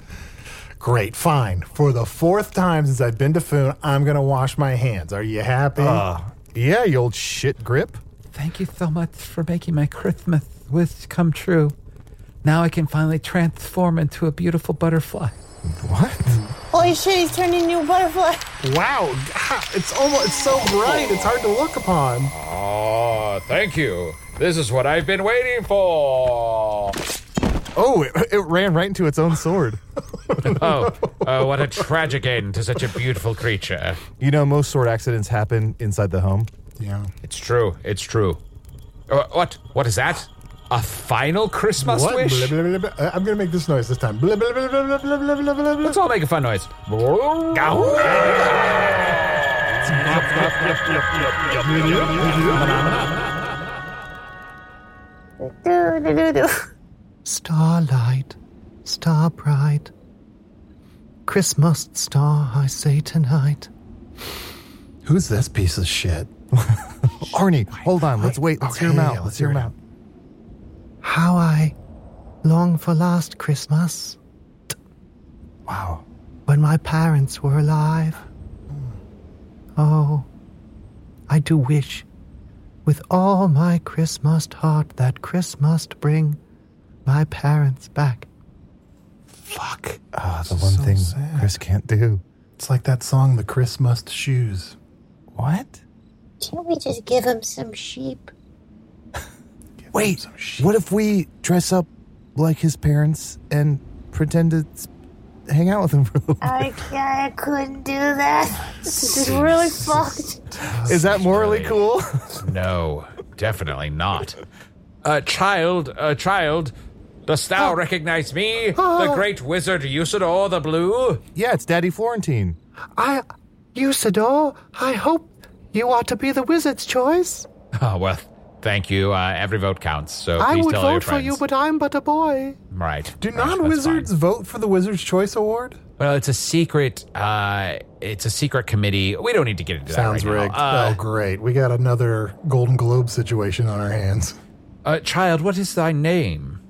[SPEAKER 4] Great, fine. For the fourth time since I've been to Foon, I'm going to wash my hands. Are you happy?
[SPEAKER 5] Uh, yeah, you old shit grip.
[SPEAKER 18] Thank you so much for making my Christmas wish come true. Now I can finally transform into a beautiful butterfly.
[SPEAKER 8] Holy shit, he's turned into a butterfly.
[SPEAKER 4] Wow, God, it's almost it's so bright. It's hard to look upon.
[SPEAKER 7] Oh, thank you. This is what I've been waiting for.
[SPEAKER 5] Oh, it, it ran right into its own sword.
[SPEAKER 7] Oh, oh, what a tragic end to such a beautiful creature.
[SPEAKER 5] You know, most sword accidents happen inside the home.
[SPEAKER 4] Yeah.
[SPEAKER 7] It's true. It's true. Uh, What? What is that? A final Christmas
[SPEAKER 4] What?
[SPEAKER 7] wish?
[SPEAKER 4] Blah, blah, blah, blah. Uh, I'm going to make this noise this time. Blah, blah, blah, blah, blah, blah, blah, blah, blah, blah.
[SPEAKER 7] Let's all make a fun noise.
[SPEAKER 19] Starlight, star bright, Christmas star, I say tonight.
[SPEAKER 4] Who's this piece of shit?
[SPEAKER 5] Arnie, hold on. Let's wait. Let's hear him
[SPEAKER 19] Okay,
[SPEAKER 5] out.
[SPEAKER 19] yeah,
[SPEAKER 5] Let's hear him out.
[SPEAKER 19] How I long for last Christmas.
[SPEAKER 5] Wow.
[SPEAKER 19] When my parents were alive. Oh, I do wish with all my Christmas heart that Christmas bring my parents back.
[SPEAKER 5] Ah, the one thing Chris can't do.
[SPEAKER 4] It's like that song, The Chris Must Shoes.
[SPEAKER 5] What?
[SPEAKER 8] Can't we just give him some sheep?
[SPEAKER 5] Wait, what if we dress up like his parents and pretend to s- hang out with him for a little bit?
[SPEAKER 8] I, I couldn't do that. This is really fucked.
[SPEAKER 5] Is that morally cool?
[SPEAKER 7] No, definitely not. Uh, child, uh, child, Dost
[SPEAKER 5] Ah.
[SPEAKER 7] thou recognize me, the
[SPEAKER 4] Ah.
[SPEAKER 7] great wizard Usador the Blue?
[SPEAKER 4] Yeah, it's Daddy Florentine.
[SPEAKER 10] I, Usador, I hope you are to be the wizard's choice.
[SPEAKER 7] Oh, well, thank you. Uh, every vote counts, so
[SPEAKER 10] I
[SPEAKER 7] please
[SPEAKER 10] would
[SPEAKER 7] tell all your
[SPEAKER 10] vote
[SPEAKER 7] friends.
[SPEAKER 10] for you, but I'm but a boy.
[SPEAKER 7] Right.
[SPEAKER 20] Do non wizards vote for the Wizard's Choice Award?
[SPEAKER 7] Well, it's a secret. Uh, it's a secret committee. We don't need to get into
[SPEAKER 20] Sounds
[SPEAKER 7] that right
[SPEAKER 20] rigged.
[SPEAKER 7] now. Uh,
[SPEAKER 20] oh, great. We got another Golden Globe situation on our hands.
[SPEAKER 7] Uh, uh, child, what is thy name?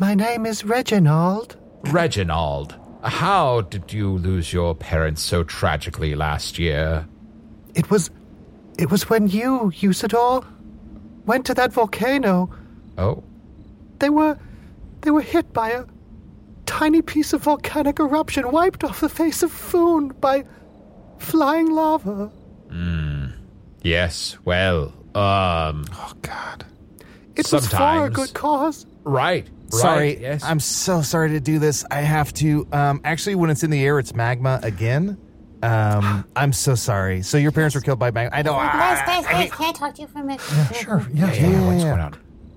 [SPEAKER 10] My name is Reginald.
[SPEAKER 7] Reginald. How did you lose your parents so tragically last year?
[SPEAKER 10] It was, it was when you, Usador, went to that volcano.
[SPEAKER 7] Oh,
[SPEAKER 10] They were, they were hit by a tiny piece of volcanic eruption wiped off the face of Foon by flying lava.
[SPEAKER 7] yes. Well, um. Oh God.
[SPEAKER 10] It was for a
[SPEAKER 7] Sometimes.
[SPEAKER 10] good cause.
[SPEAKER 7] Right.
[SPEAKER 4] Sorry,
[SPEAKER 7] Yes.
[SPEAKER 4] I'm so sorry to do this. I have to. Um, actually, when it's in the air, it's magma again. Um, I'm so sorry. So your parents were killed by magma. I know.
[SPEAKER 8] Guys,
[SPEAKER 4] ah,
[SPEAKER 8] guys,
[SPEAKER 4] I hate-
[SPEAKER 8] guys, can I talk to you for a minute?
[SPEAKER 4] sure. Yeah, yeah, yeah, what's going on?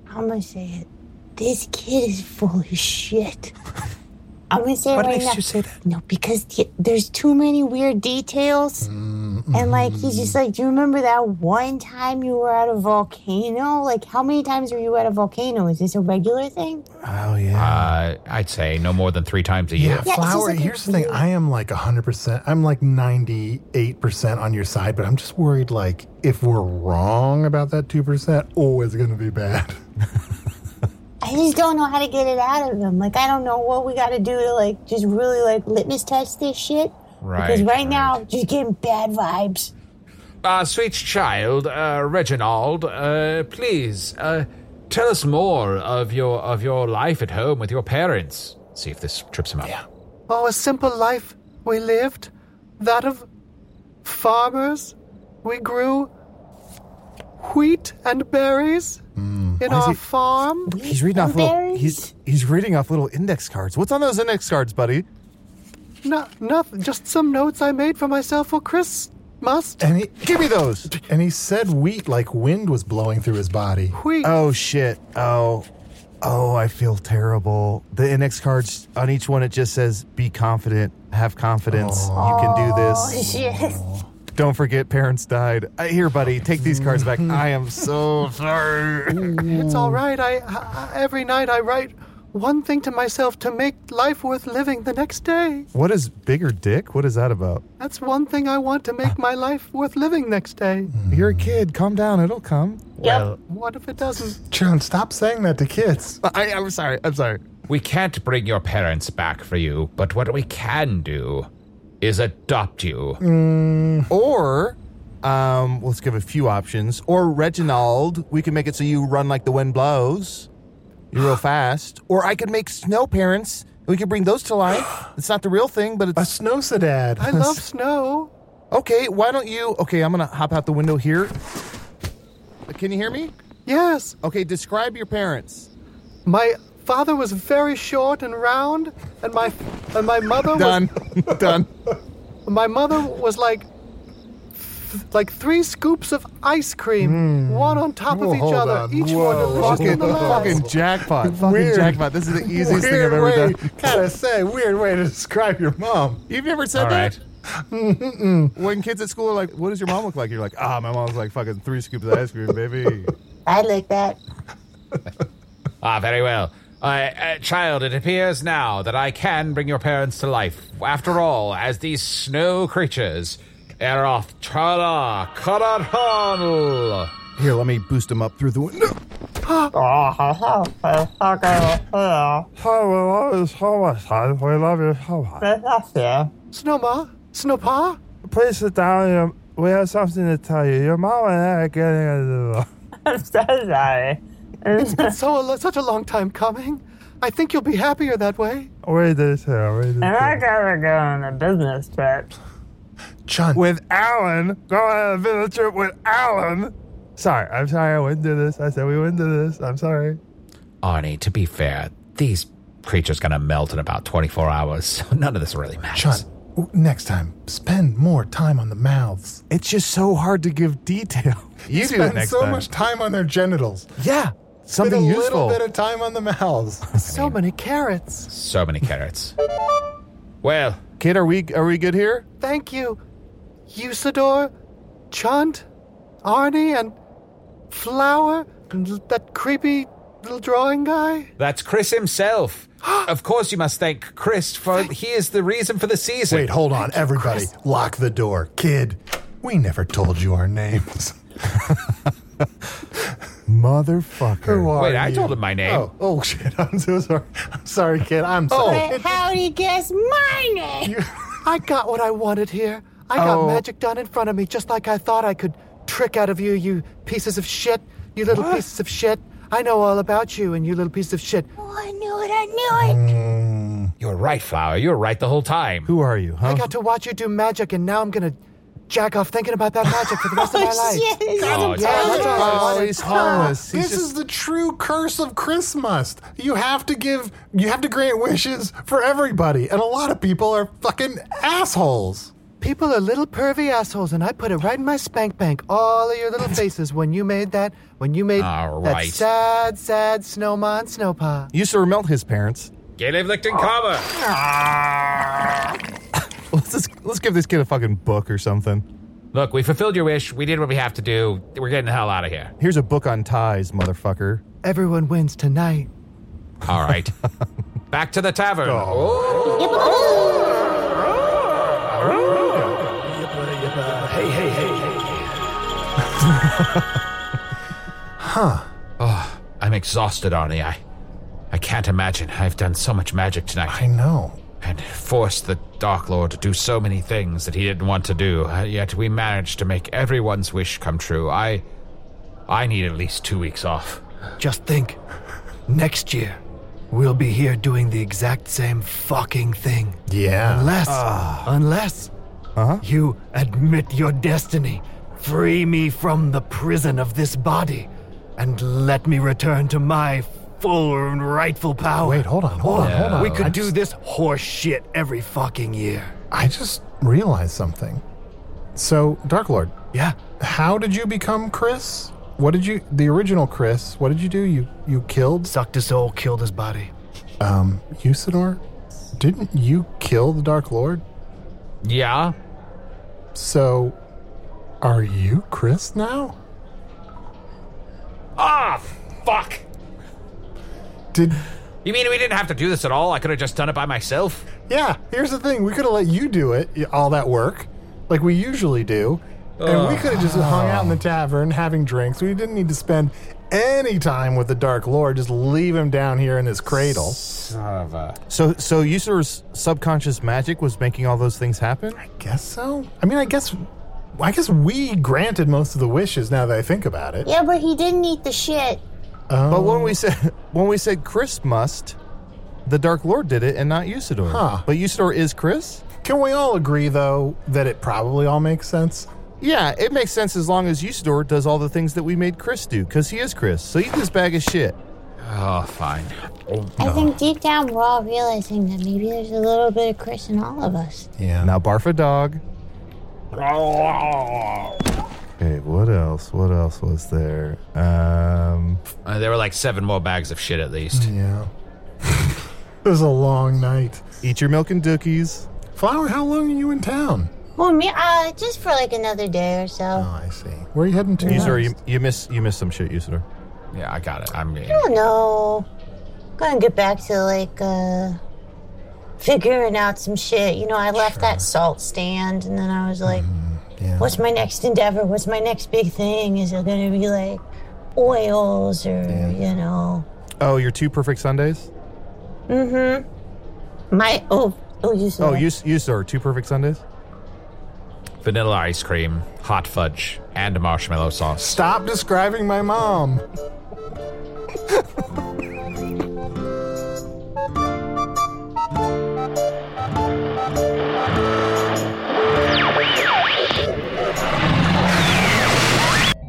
[SPEAKER 8] I'm gonna say it. This kid is full of shit. I'm gonna say
[SPEAKER 21] What
[SPEAKER 8] it right
[SPEAKER 21] makes
[SPEAKER 8] now.
[SPEAKER 21] you say
[SPEAKER 8] that? No, because the, there's too many weird details, and like he's just like, do you remember that one time you were at a volcano? Like, how many times were you at a volcano? Is this a regular thing?
[SPEAKER 7] Oh yeah. Uh, I'd say no more than three times a year.
[SPEAKER 8] Yeah, it's just
[SPEAKER 20] Flower,
[SPEAKER 8] like a
[SPEAKER 20] here's the thing. I am like 100%. I'm like 98% on your side, but I'm just worried like if we're wrong about that 2%, oh, it's going to be bad.
[SPEAKER 8] I just don't know how to get it out of him. Like, I don't know what we got to do to like just really like litmus test this shit. Because
[SPEAKER 7] Right,
[SPEAKER 8] right, now, just getting bad vibes.
[SPEAKER 7] Ah, sweet child, uh, Reginald, uh, please uh, tell us more of your of your life at home with your parents. See if this trips him up.
[SPEAKER 10] Oh, a simple life we lived, that of farmers. We grew wheat and berries in
[SPEAKER 20] Hmm.
[SPEAKER 4] Hmm. Why is
[SPEAKER 10] our
[SPEAKER 4] he-
[SPEAKER 10] farm.
[SPEAKER 4] He's reading off little. He's he's reading off little index cards. What's on those index cards, buddy?
[SPEAKER 10] No, nothing. Just some notes I made for myself for Christmas.
[SPEAKER 20] And he,
[SPEAKER 4] give me those.
[SPEAKER 20] And he said wheat like wind was blowing through his body.
[SPEAKER 10] Wheat.
[SPEAKER 4] Oh shit. Oh. Oh, I feel terrible. The index cards on each one it just says be confident, have confidence, you can do this.
[SPEAKER 8] Shit.
[SPEAKER 4] Don't forget parents died. Uh, Here, buddy, take these cards back. I am so sorry.
[SPEAKER 10] It's all right. I, I every night I write one thing to myself to make life worth living the next day.
[SPEAKER 4] What is bigger dick? What is that about?
[SPEAKER 10] That's one thing I want to make my life worth living next day.
[SPEAKER 4] You're a kid. Calm down. It'll come.
[SPEAKER 10] Well, what if it doesn't?
[SPEAKER 20] John, stop saying that to kids.
[SPEAKER 4] I, I'm sorry. I'm sorry.
[SPEAKER 7] We can't bring your parents back for you, but what we can do is adopt you.
[SPEAKER 20] Mm.
[SPEAKER 4] Or um, let's give a few options. Or Reginald, we can make it so you run like the wind blows. You're real fast. Or I could make snow parents. and We could bring those to life. It's not the real thing, but it's
[SPEAKER 20] a snow sedad.
[SPEAKER 10] I love snow.
[SPEAKER 4] Okay, why don't you? Okay, I'm gonna hop out the window here. Can you hear me?
[SPEAKER 10] Yes.
[SPEAKER 4] Okay, describe your parents.
[SPEAKER 10] My father was very short and round, and my and my mother
[SPEAKER 4] Done. Done.
[SPEAKER 10] was my mother was like like three scoops of ice cream, one on top
[SPEAKER 4] Hmm. Whoa,
[SPEAKER 10] of each
[SPEAKER 4] hold
[SPEAKER 10] other,
[SPEAKER 4] on.
[SPEAKER 10] each one
[SPEAKER 4] Whoa.
[SPEAKER 10] is lost in
[SPEAKER 4] Fucking-
[SPEAKER 10] the last.
[SPEAKER 4] fucking jackpot. Fucking jackpot. This is the easiest thing I've ever
[SPEAKER 20] way,
[SPEAKER 4] done.
[SPEAKER 20] Gotta say, weird way to describe your mom. Hmm.
[SPEAKER 4] You've never said that. When kids at school are like, "What does your mom look like?" You're like, "Ah, my mom's like fucking three scoops of ice cream, baby."
[SPEAKER 8] I like that.
[SPEAKER 7] Ah, very well. Uh, uh, child, it appears now that I can bring your parents to life. After all, as these snow creatures, Eroth Chala Karadhanl.
[SPEAKER 4] Here, let me boost him up through the window.
[SPEAKER 22] We love you so much.
[SPEAKER 10] Snowma, Snowpa,
[SPEAKER 22] Please sit down. Your- We have something to tell you. Your mom and I are getting a little.
[SPEAKER 10] I'm so sorry. it's been so lo- such a long time coming. I think you'll be happier that way.
[SPEAKER 22] Wait this here. Wait this
[SPEAKER 10] I
[SPEAKER 22] gotta go on a business trip.
[SPEAKER 20] John.
[SPEAKER 22] With Alan. Go on a business trip with Alan. Sorry. I'm sorry. I wouldn't do this. I said we wouldn't do this. I'm sorry.
[SPEAKER 7] Arnie, to be fair, these creatures gonna melt in about 24 hours, so none of this really matters.
[SPEAKER 20] John, w- next time, spend more time on the mouths.
[SPEAKER 4] It's just so hard to give detail. You do that
[SPEAKER 20] spend
[SPEAKER 4] next
[SPEAKER 20] so
[SPEAKER 4] time.
[SPEAKER 20] much time on their genitals.
[SPEAKER 4] Yeah.
[SPEAKER 23] Something
[SPEAKER 4] Spend a
[SPEAKER 23] useful.
[SPEAKER 4] little bit of time on the mouths.
[SPEAKER 23] So many carrots.
[SPEAKER 7] So many carrots. Well,
[SPEAKER 23] kid, are we are we good here?
[SPEAKER 10] Thank you, Usador, Chant, Arnie, and Flower, and l- that creepy little drawing guy.
[SPEAKER 7] That's Chris himself. of course, you must thank Chris, for he is the reason for the season.
[SPEAKER 4] Wait, hold on, everybody. Lock the door. Kid, we never told you our names.
[SPEAKER 23] Motherfucker.
[SPEAKER 4] Who are
[SPEAKER 7] Wait, I
[SPEAKER 4] you?
[SPEAKER 7] told him my name.
[SPEAKER 4] Oh, oh, shit. I'm so sorry. I'm sorry, kid. I'm sorry.
[SPEAKER 10] But how do you guess my name? Oh. I got what I wanted here. I got
[SPEAKER 4] Oh.
[SPEAKER 10] magic done in front of me, just like I thought I could trick out of you, you pieces of shit. You little pieces of shit. I know all about you and you little piece of shit.
[SPEAKER 8] Oh, I knew it. I knew it.
[SPEAKER 7] You were right, Flower. You were right the whole time.
[SPEAKER 23] Who are you,
[SPEAKER 10] I got to watch you do magic, and now I'm gonna jack off thinking about that magic for the rest of my life.
[SPEAKER 7] Oh, it's
[SPEAKER 10] yeah, that's all I
[SPEAKER 4] Oh,
[SPEAKER 10] wanted.
[SPEAKER 4] he's homeless. this is the true curse of Christmas. You have to give, you have to grant wishes for everybody, and a lot of people are fucking assholes.
[SPEAKER 10] People are little pervy assholes, and I put it right in my spank bank. All of your little faces when you made that, when you made
[SPEAKER 23] All
[SPEAKER 10] that
[SPEAKER 23] right.
[SPEAKER 10] sad, sad snowman snowpaw.
[SPEAKER 23] Used to melt his parents.
[SPEAKER 7] Galev Lichten Kava. Ah.
[SPEAKER 23] Let's just, let's give this kid a fucking book or something.
[SPEAKER 7] Look, we fulfilled your wish. We did what we have to do. We're getting the hell out of here.
[SPEAKER 23] Here's a book on ties, motherfucker.
[SPEAKER 10] Everyone wins tonight.
[SPEAKER 7] All right. Back to the tavern.
[SPEAKER 4] Oh.
[SPEAKER 15] Hey, hey, hey, hey.
[SPEAKER 7] Huh. Oh, I'm exhausted, Arnie. I, I can't imagine. I've done so much magic tonight. I
[SPEAKER 4] know.
[SPEAKER 7] And forced the Dark Lord to do so many things that he didn't want to do. uh, Yet we managed to make everyone's wish come true. I, I need at least two weeks off.
[SPEAKER 15] Just think, next year we'll be here doing the exact same fucking thing.
[SPEAKER 4] Yeah.
[SPEAKER 15] Unless,
[SPEAKER 4] Ah. Uh-huh.
[SPEAKER 15] unless you admit your destiny, free me from the prison of this body, and let me return to my full and rightful power.
[SPEAKER 4] Wait, hold on, hold on,
[SPEAKER 15] Or
[SPEAKER 4] hold on.
[SPEAKER 15] We
[SPEAKER 4] I
[SPEAKER 15] could do
[SPEAKER 4] just-
[SPEAKER 15] this horse shit every fucking year.
[SPEAKER 4] I just realized something. So, Dark Lord.
[SPEAKER 15] Yeah.
[SPEAKER 4] How did you become Chris? What did you, the original Chris? What did you do? You you killed,
[SPEAKER 15] sucked his soul, killed his body.
[SPEAKER 4] Um, Usador, didn't you kill the Dark Lord?
[SPEAKER 7] Yeah.
[SPEAKER 4] So, are you Chris now?
[SPEAKER 7] Ah, fuck.
[SPEAKER 4] Did
[SPEAKER 7] You mean we didn't have to do this at all? I could have just done it by myself.
[SPEAKER 4] yeah? Here's the thing: we could have let you do it, y- all that work, like we usually do, and we
[SPEAKER 7] Ugh.
[SPEAKER 4] could have just hung out in the tavern having drinks. We didn't need to spend any time with the Dark Lord. Just leave him down here in his cradle.
[SPEAKER 7] Son of a.
[SPEAKER 23] So so Usur's subconscious magic was making all those things happen? I
[SPEAKER 4] guess so. I mean, I guess, I guess we granted most of the wishes. Now that I think about it,
[SPEAKER 8] Yeah, but he didn't eat the shit.
[SPEAKER 23] But when we said when we said Chris must, the Dark Lord did it and not Usador.
[SPEAKER 4] Huh.
[SPEAKER 23] But Usador is Chris?
[SPEAKER 4] Can we all agree though that it probably all makes sense?
[SPEAKER 23] Yeah, it makes sense as long as Usador does all the things that we made Chris do, because he is Chris. So eat this bag of shit.
[SPEAKER 7] Oh, fine.
[SPEAKER 8] I think deep down we're all realizing that maybe there's a little bit of Chris in all of us.
[SPEAKER 4] Yeah.
[SPEAKER 23] Now barf a dog. Okay, what else? What else was there? Um,
[SPEAKER 7] Uh, there were like seven more bags of shit at least.
[SPEAKER 4] Yeah. It was a long night.
[SPEAKER 23] Eat your milk and dookies.
[SPEAKER 4] Flower, how long are you in town?
[SPEAKER 8] Well, me, uh, just for like another day or so.
[SPEAKER 4] Oh, I see. Where are you heading to?
[SPEAKER 23] Usador,
[SPEAKER 4] next?
[SPEAKER 23] you, you miss you miss some shit, Usador.
[SPEAKER 7] Yeah, I got it. I'm.
[SPEAKER 8] I don't know. Gonna get back to like uh figuring out some shit. You know, I left that salt stand and then I was like,
[SPEAKER 4] Mm-hmm.
[SPEAKER 8] what's my next endeavor? What's my next big thing? Is it gonna be like oils or you know?
[SPEAKER 23] Oh, your two perfect Sundays.
[SPEAKER 8] Mm-hmm. My oh oh you said
[SPEAKER 23] Oh, Us Usador, two perfect Sundays.
[SPEAKER 7] Vanilla ice cream, hot fudge, and marshmallow sauce.
[SPEAKER 4] Stop describing my mom.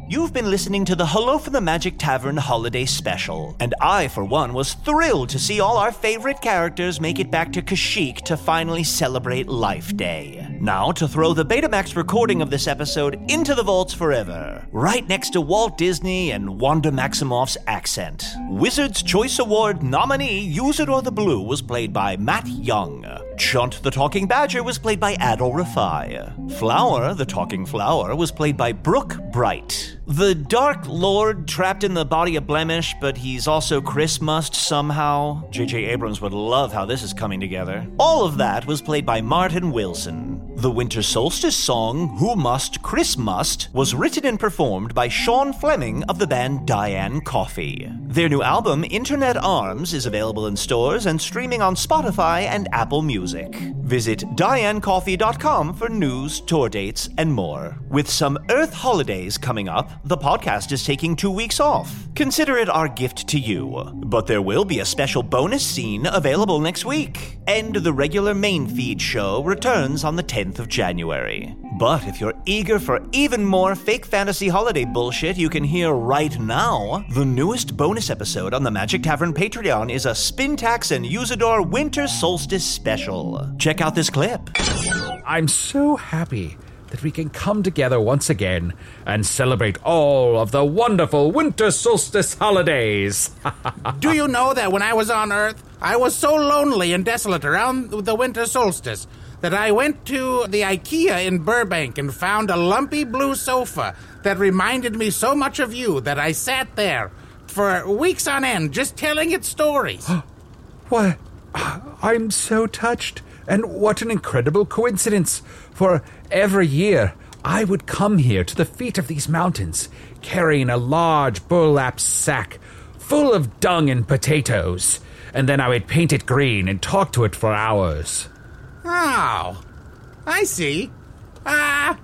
[SPEAKER 2] You've been listening to the Hello from the Magic Tavern holiday special, and I, for one, was thrilled to see all our favorite characters make it back to Kashyyyk to finally celebrate Life Day. Now to throw the Betamax recording of this episode into the vaults forever, right next to Walt Disney and Wanda Maximoff's accent. Wizard's Choice Award nominee Use It or the Blue was played by Matt Young. Chunt the Talking Badger was played by Adol Rafai. Flower the Talking Flower was played by Brooke Bright. The Dark Lord trapped in the body of Blemish, but he's also Christmased somehow. J.J. Abrams would love how this is coming together. All of that was played by Martin Wilson. The Winter Solstice song, Who Must Chris Must, was written and performed by Sean Fleming of the band Diane Coffee. Their new album, Internet Arms, is available in stores and streaming on Spotify and Apple Music. Visit dianecoffee.com for news, tour dates, and more. With some Earth holidays coming up, the podcast is taking two weeks off. Consider it our gift to you. But there will be a special bonus scene available next week. And the regular main feed show returns on the 10th of January. But if you're eager for even more fake fantasy holiday bullshit you can hear right now, the newest bonus episode on the Magic Tavern Patreon is a Spintax and Usador Winter Solstice special. Check out this clip.
[SPEAKER 7] I'm so happy that we can come together once again and celebrate all of the wonderful winter solstice holidays.
[SPEAKER 12] Do you know that when I was on Earth, I was so lonely and desolate around the winter solstice that I went to the IKEA in Burbank and found a lumpy blue sofa that reminded me so much of you that I sat there for weeks on end just telling it stories.
[SPEAKER 24] What? I'm so touched. And what an incredible coincidence. For every year, I would come here to the feet of these mountains, carrying a large burlap sack full of dung and potatoes. And then I would paint it green and talk to it for hours.
[SPEAKER 12] Oh, I see. Ah,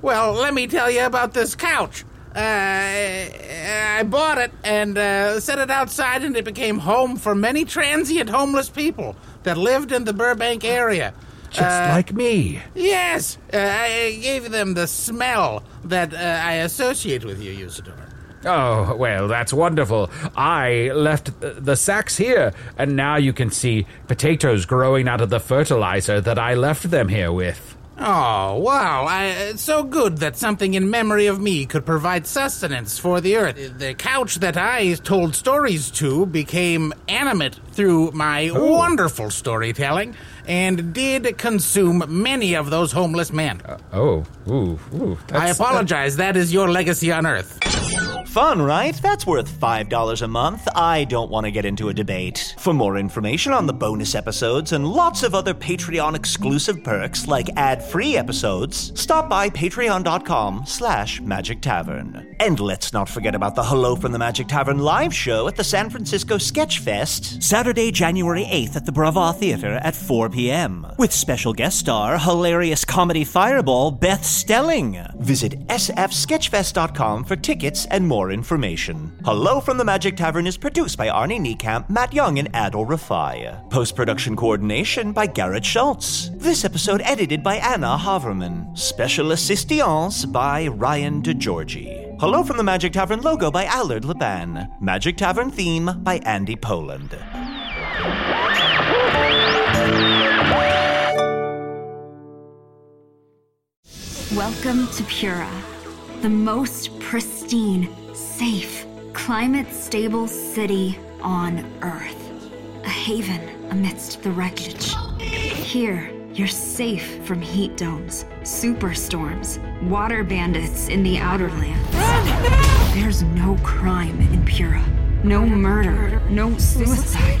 [SPEAKER 12] well, let me tell you about this couch. Uh, I bought it and uh, set it outside, and it became home for many transient homeless people that lived in the Burbank area.
[SPEAKER 24] Just
[SPEAKER 12] Uh,
[SPEAKER 24] like me.
[SPEAKER 12] Yes, uh, I gave them the smell that uh, I associate with you, Usador.
[SPEAKER 7] Oh, well, that's wonderful. I left th- the sacks here, and now you can see potatoes growing out of the fertilizer that I left them here with.
[SPEAKER 12] Oh, wow. I, it's so good that something in memory of me could provide sustenance for the earth. The couch that I told stories to became animate through my wonderful storytelling and did consume many of those homeless men.
[SPEAKER 7] Oh, ooh, ooh.
[SPEAKER 12] I
[SPEAKER 7] that's- uh,
[SPEAKER 12] apologize. that is your legacy on Earth.
[SPEAKER 2] Fun, right? That's worth $5 a month. I don't want to get into a debate. For more information on the bonus episodes and lots of other Patreon exclusive perks like ad-free episodes, stop by patreon.com slash magic tavern. And let's not forget about the Hello from the Magic Tavern live show at the San Francisco Sketch Fest, Saturday, January 8th at the Brava Theater at 4 p.m. With special guest star, hilarious comedy fireball Beth Stelling. Visit sfsketchfest.com for tickets and more information. Hello from the Magic Tavern is produced by Arnie Niekamp, Matt Young, and Adol Rafai. Post production coordination by Garrett Schultz. This episode edited by Anna Haverman. Special assistance by Ryan DeGiorgi. Hello from the Magic Tavern logo by Allard Leban. Magic Tavern theme by Andy Poland.
[SPEAKER 25] Welcome to Pura, the most pristine, safe, climate stable city on Earth. A haven amidst the wreckage. Here, you're safe from heat domes, superstorms, water bandits in the outer lands. There's no crime in Pura, no murder, no suicide.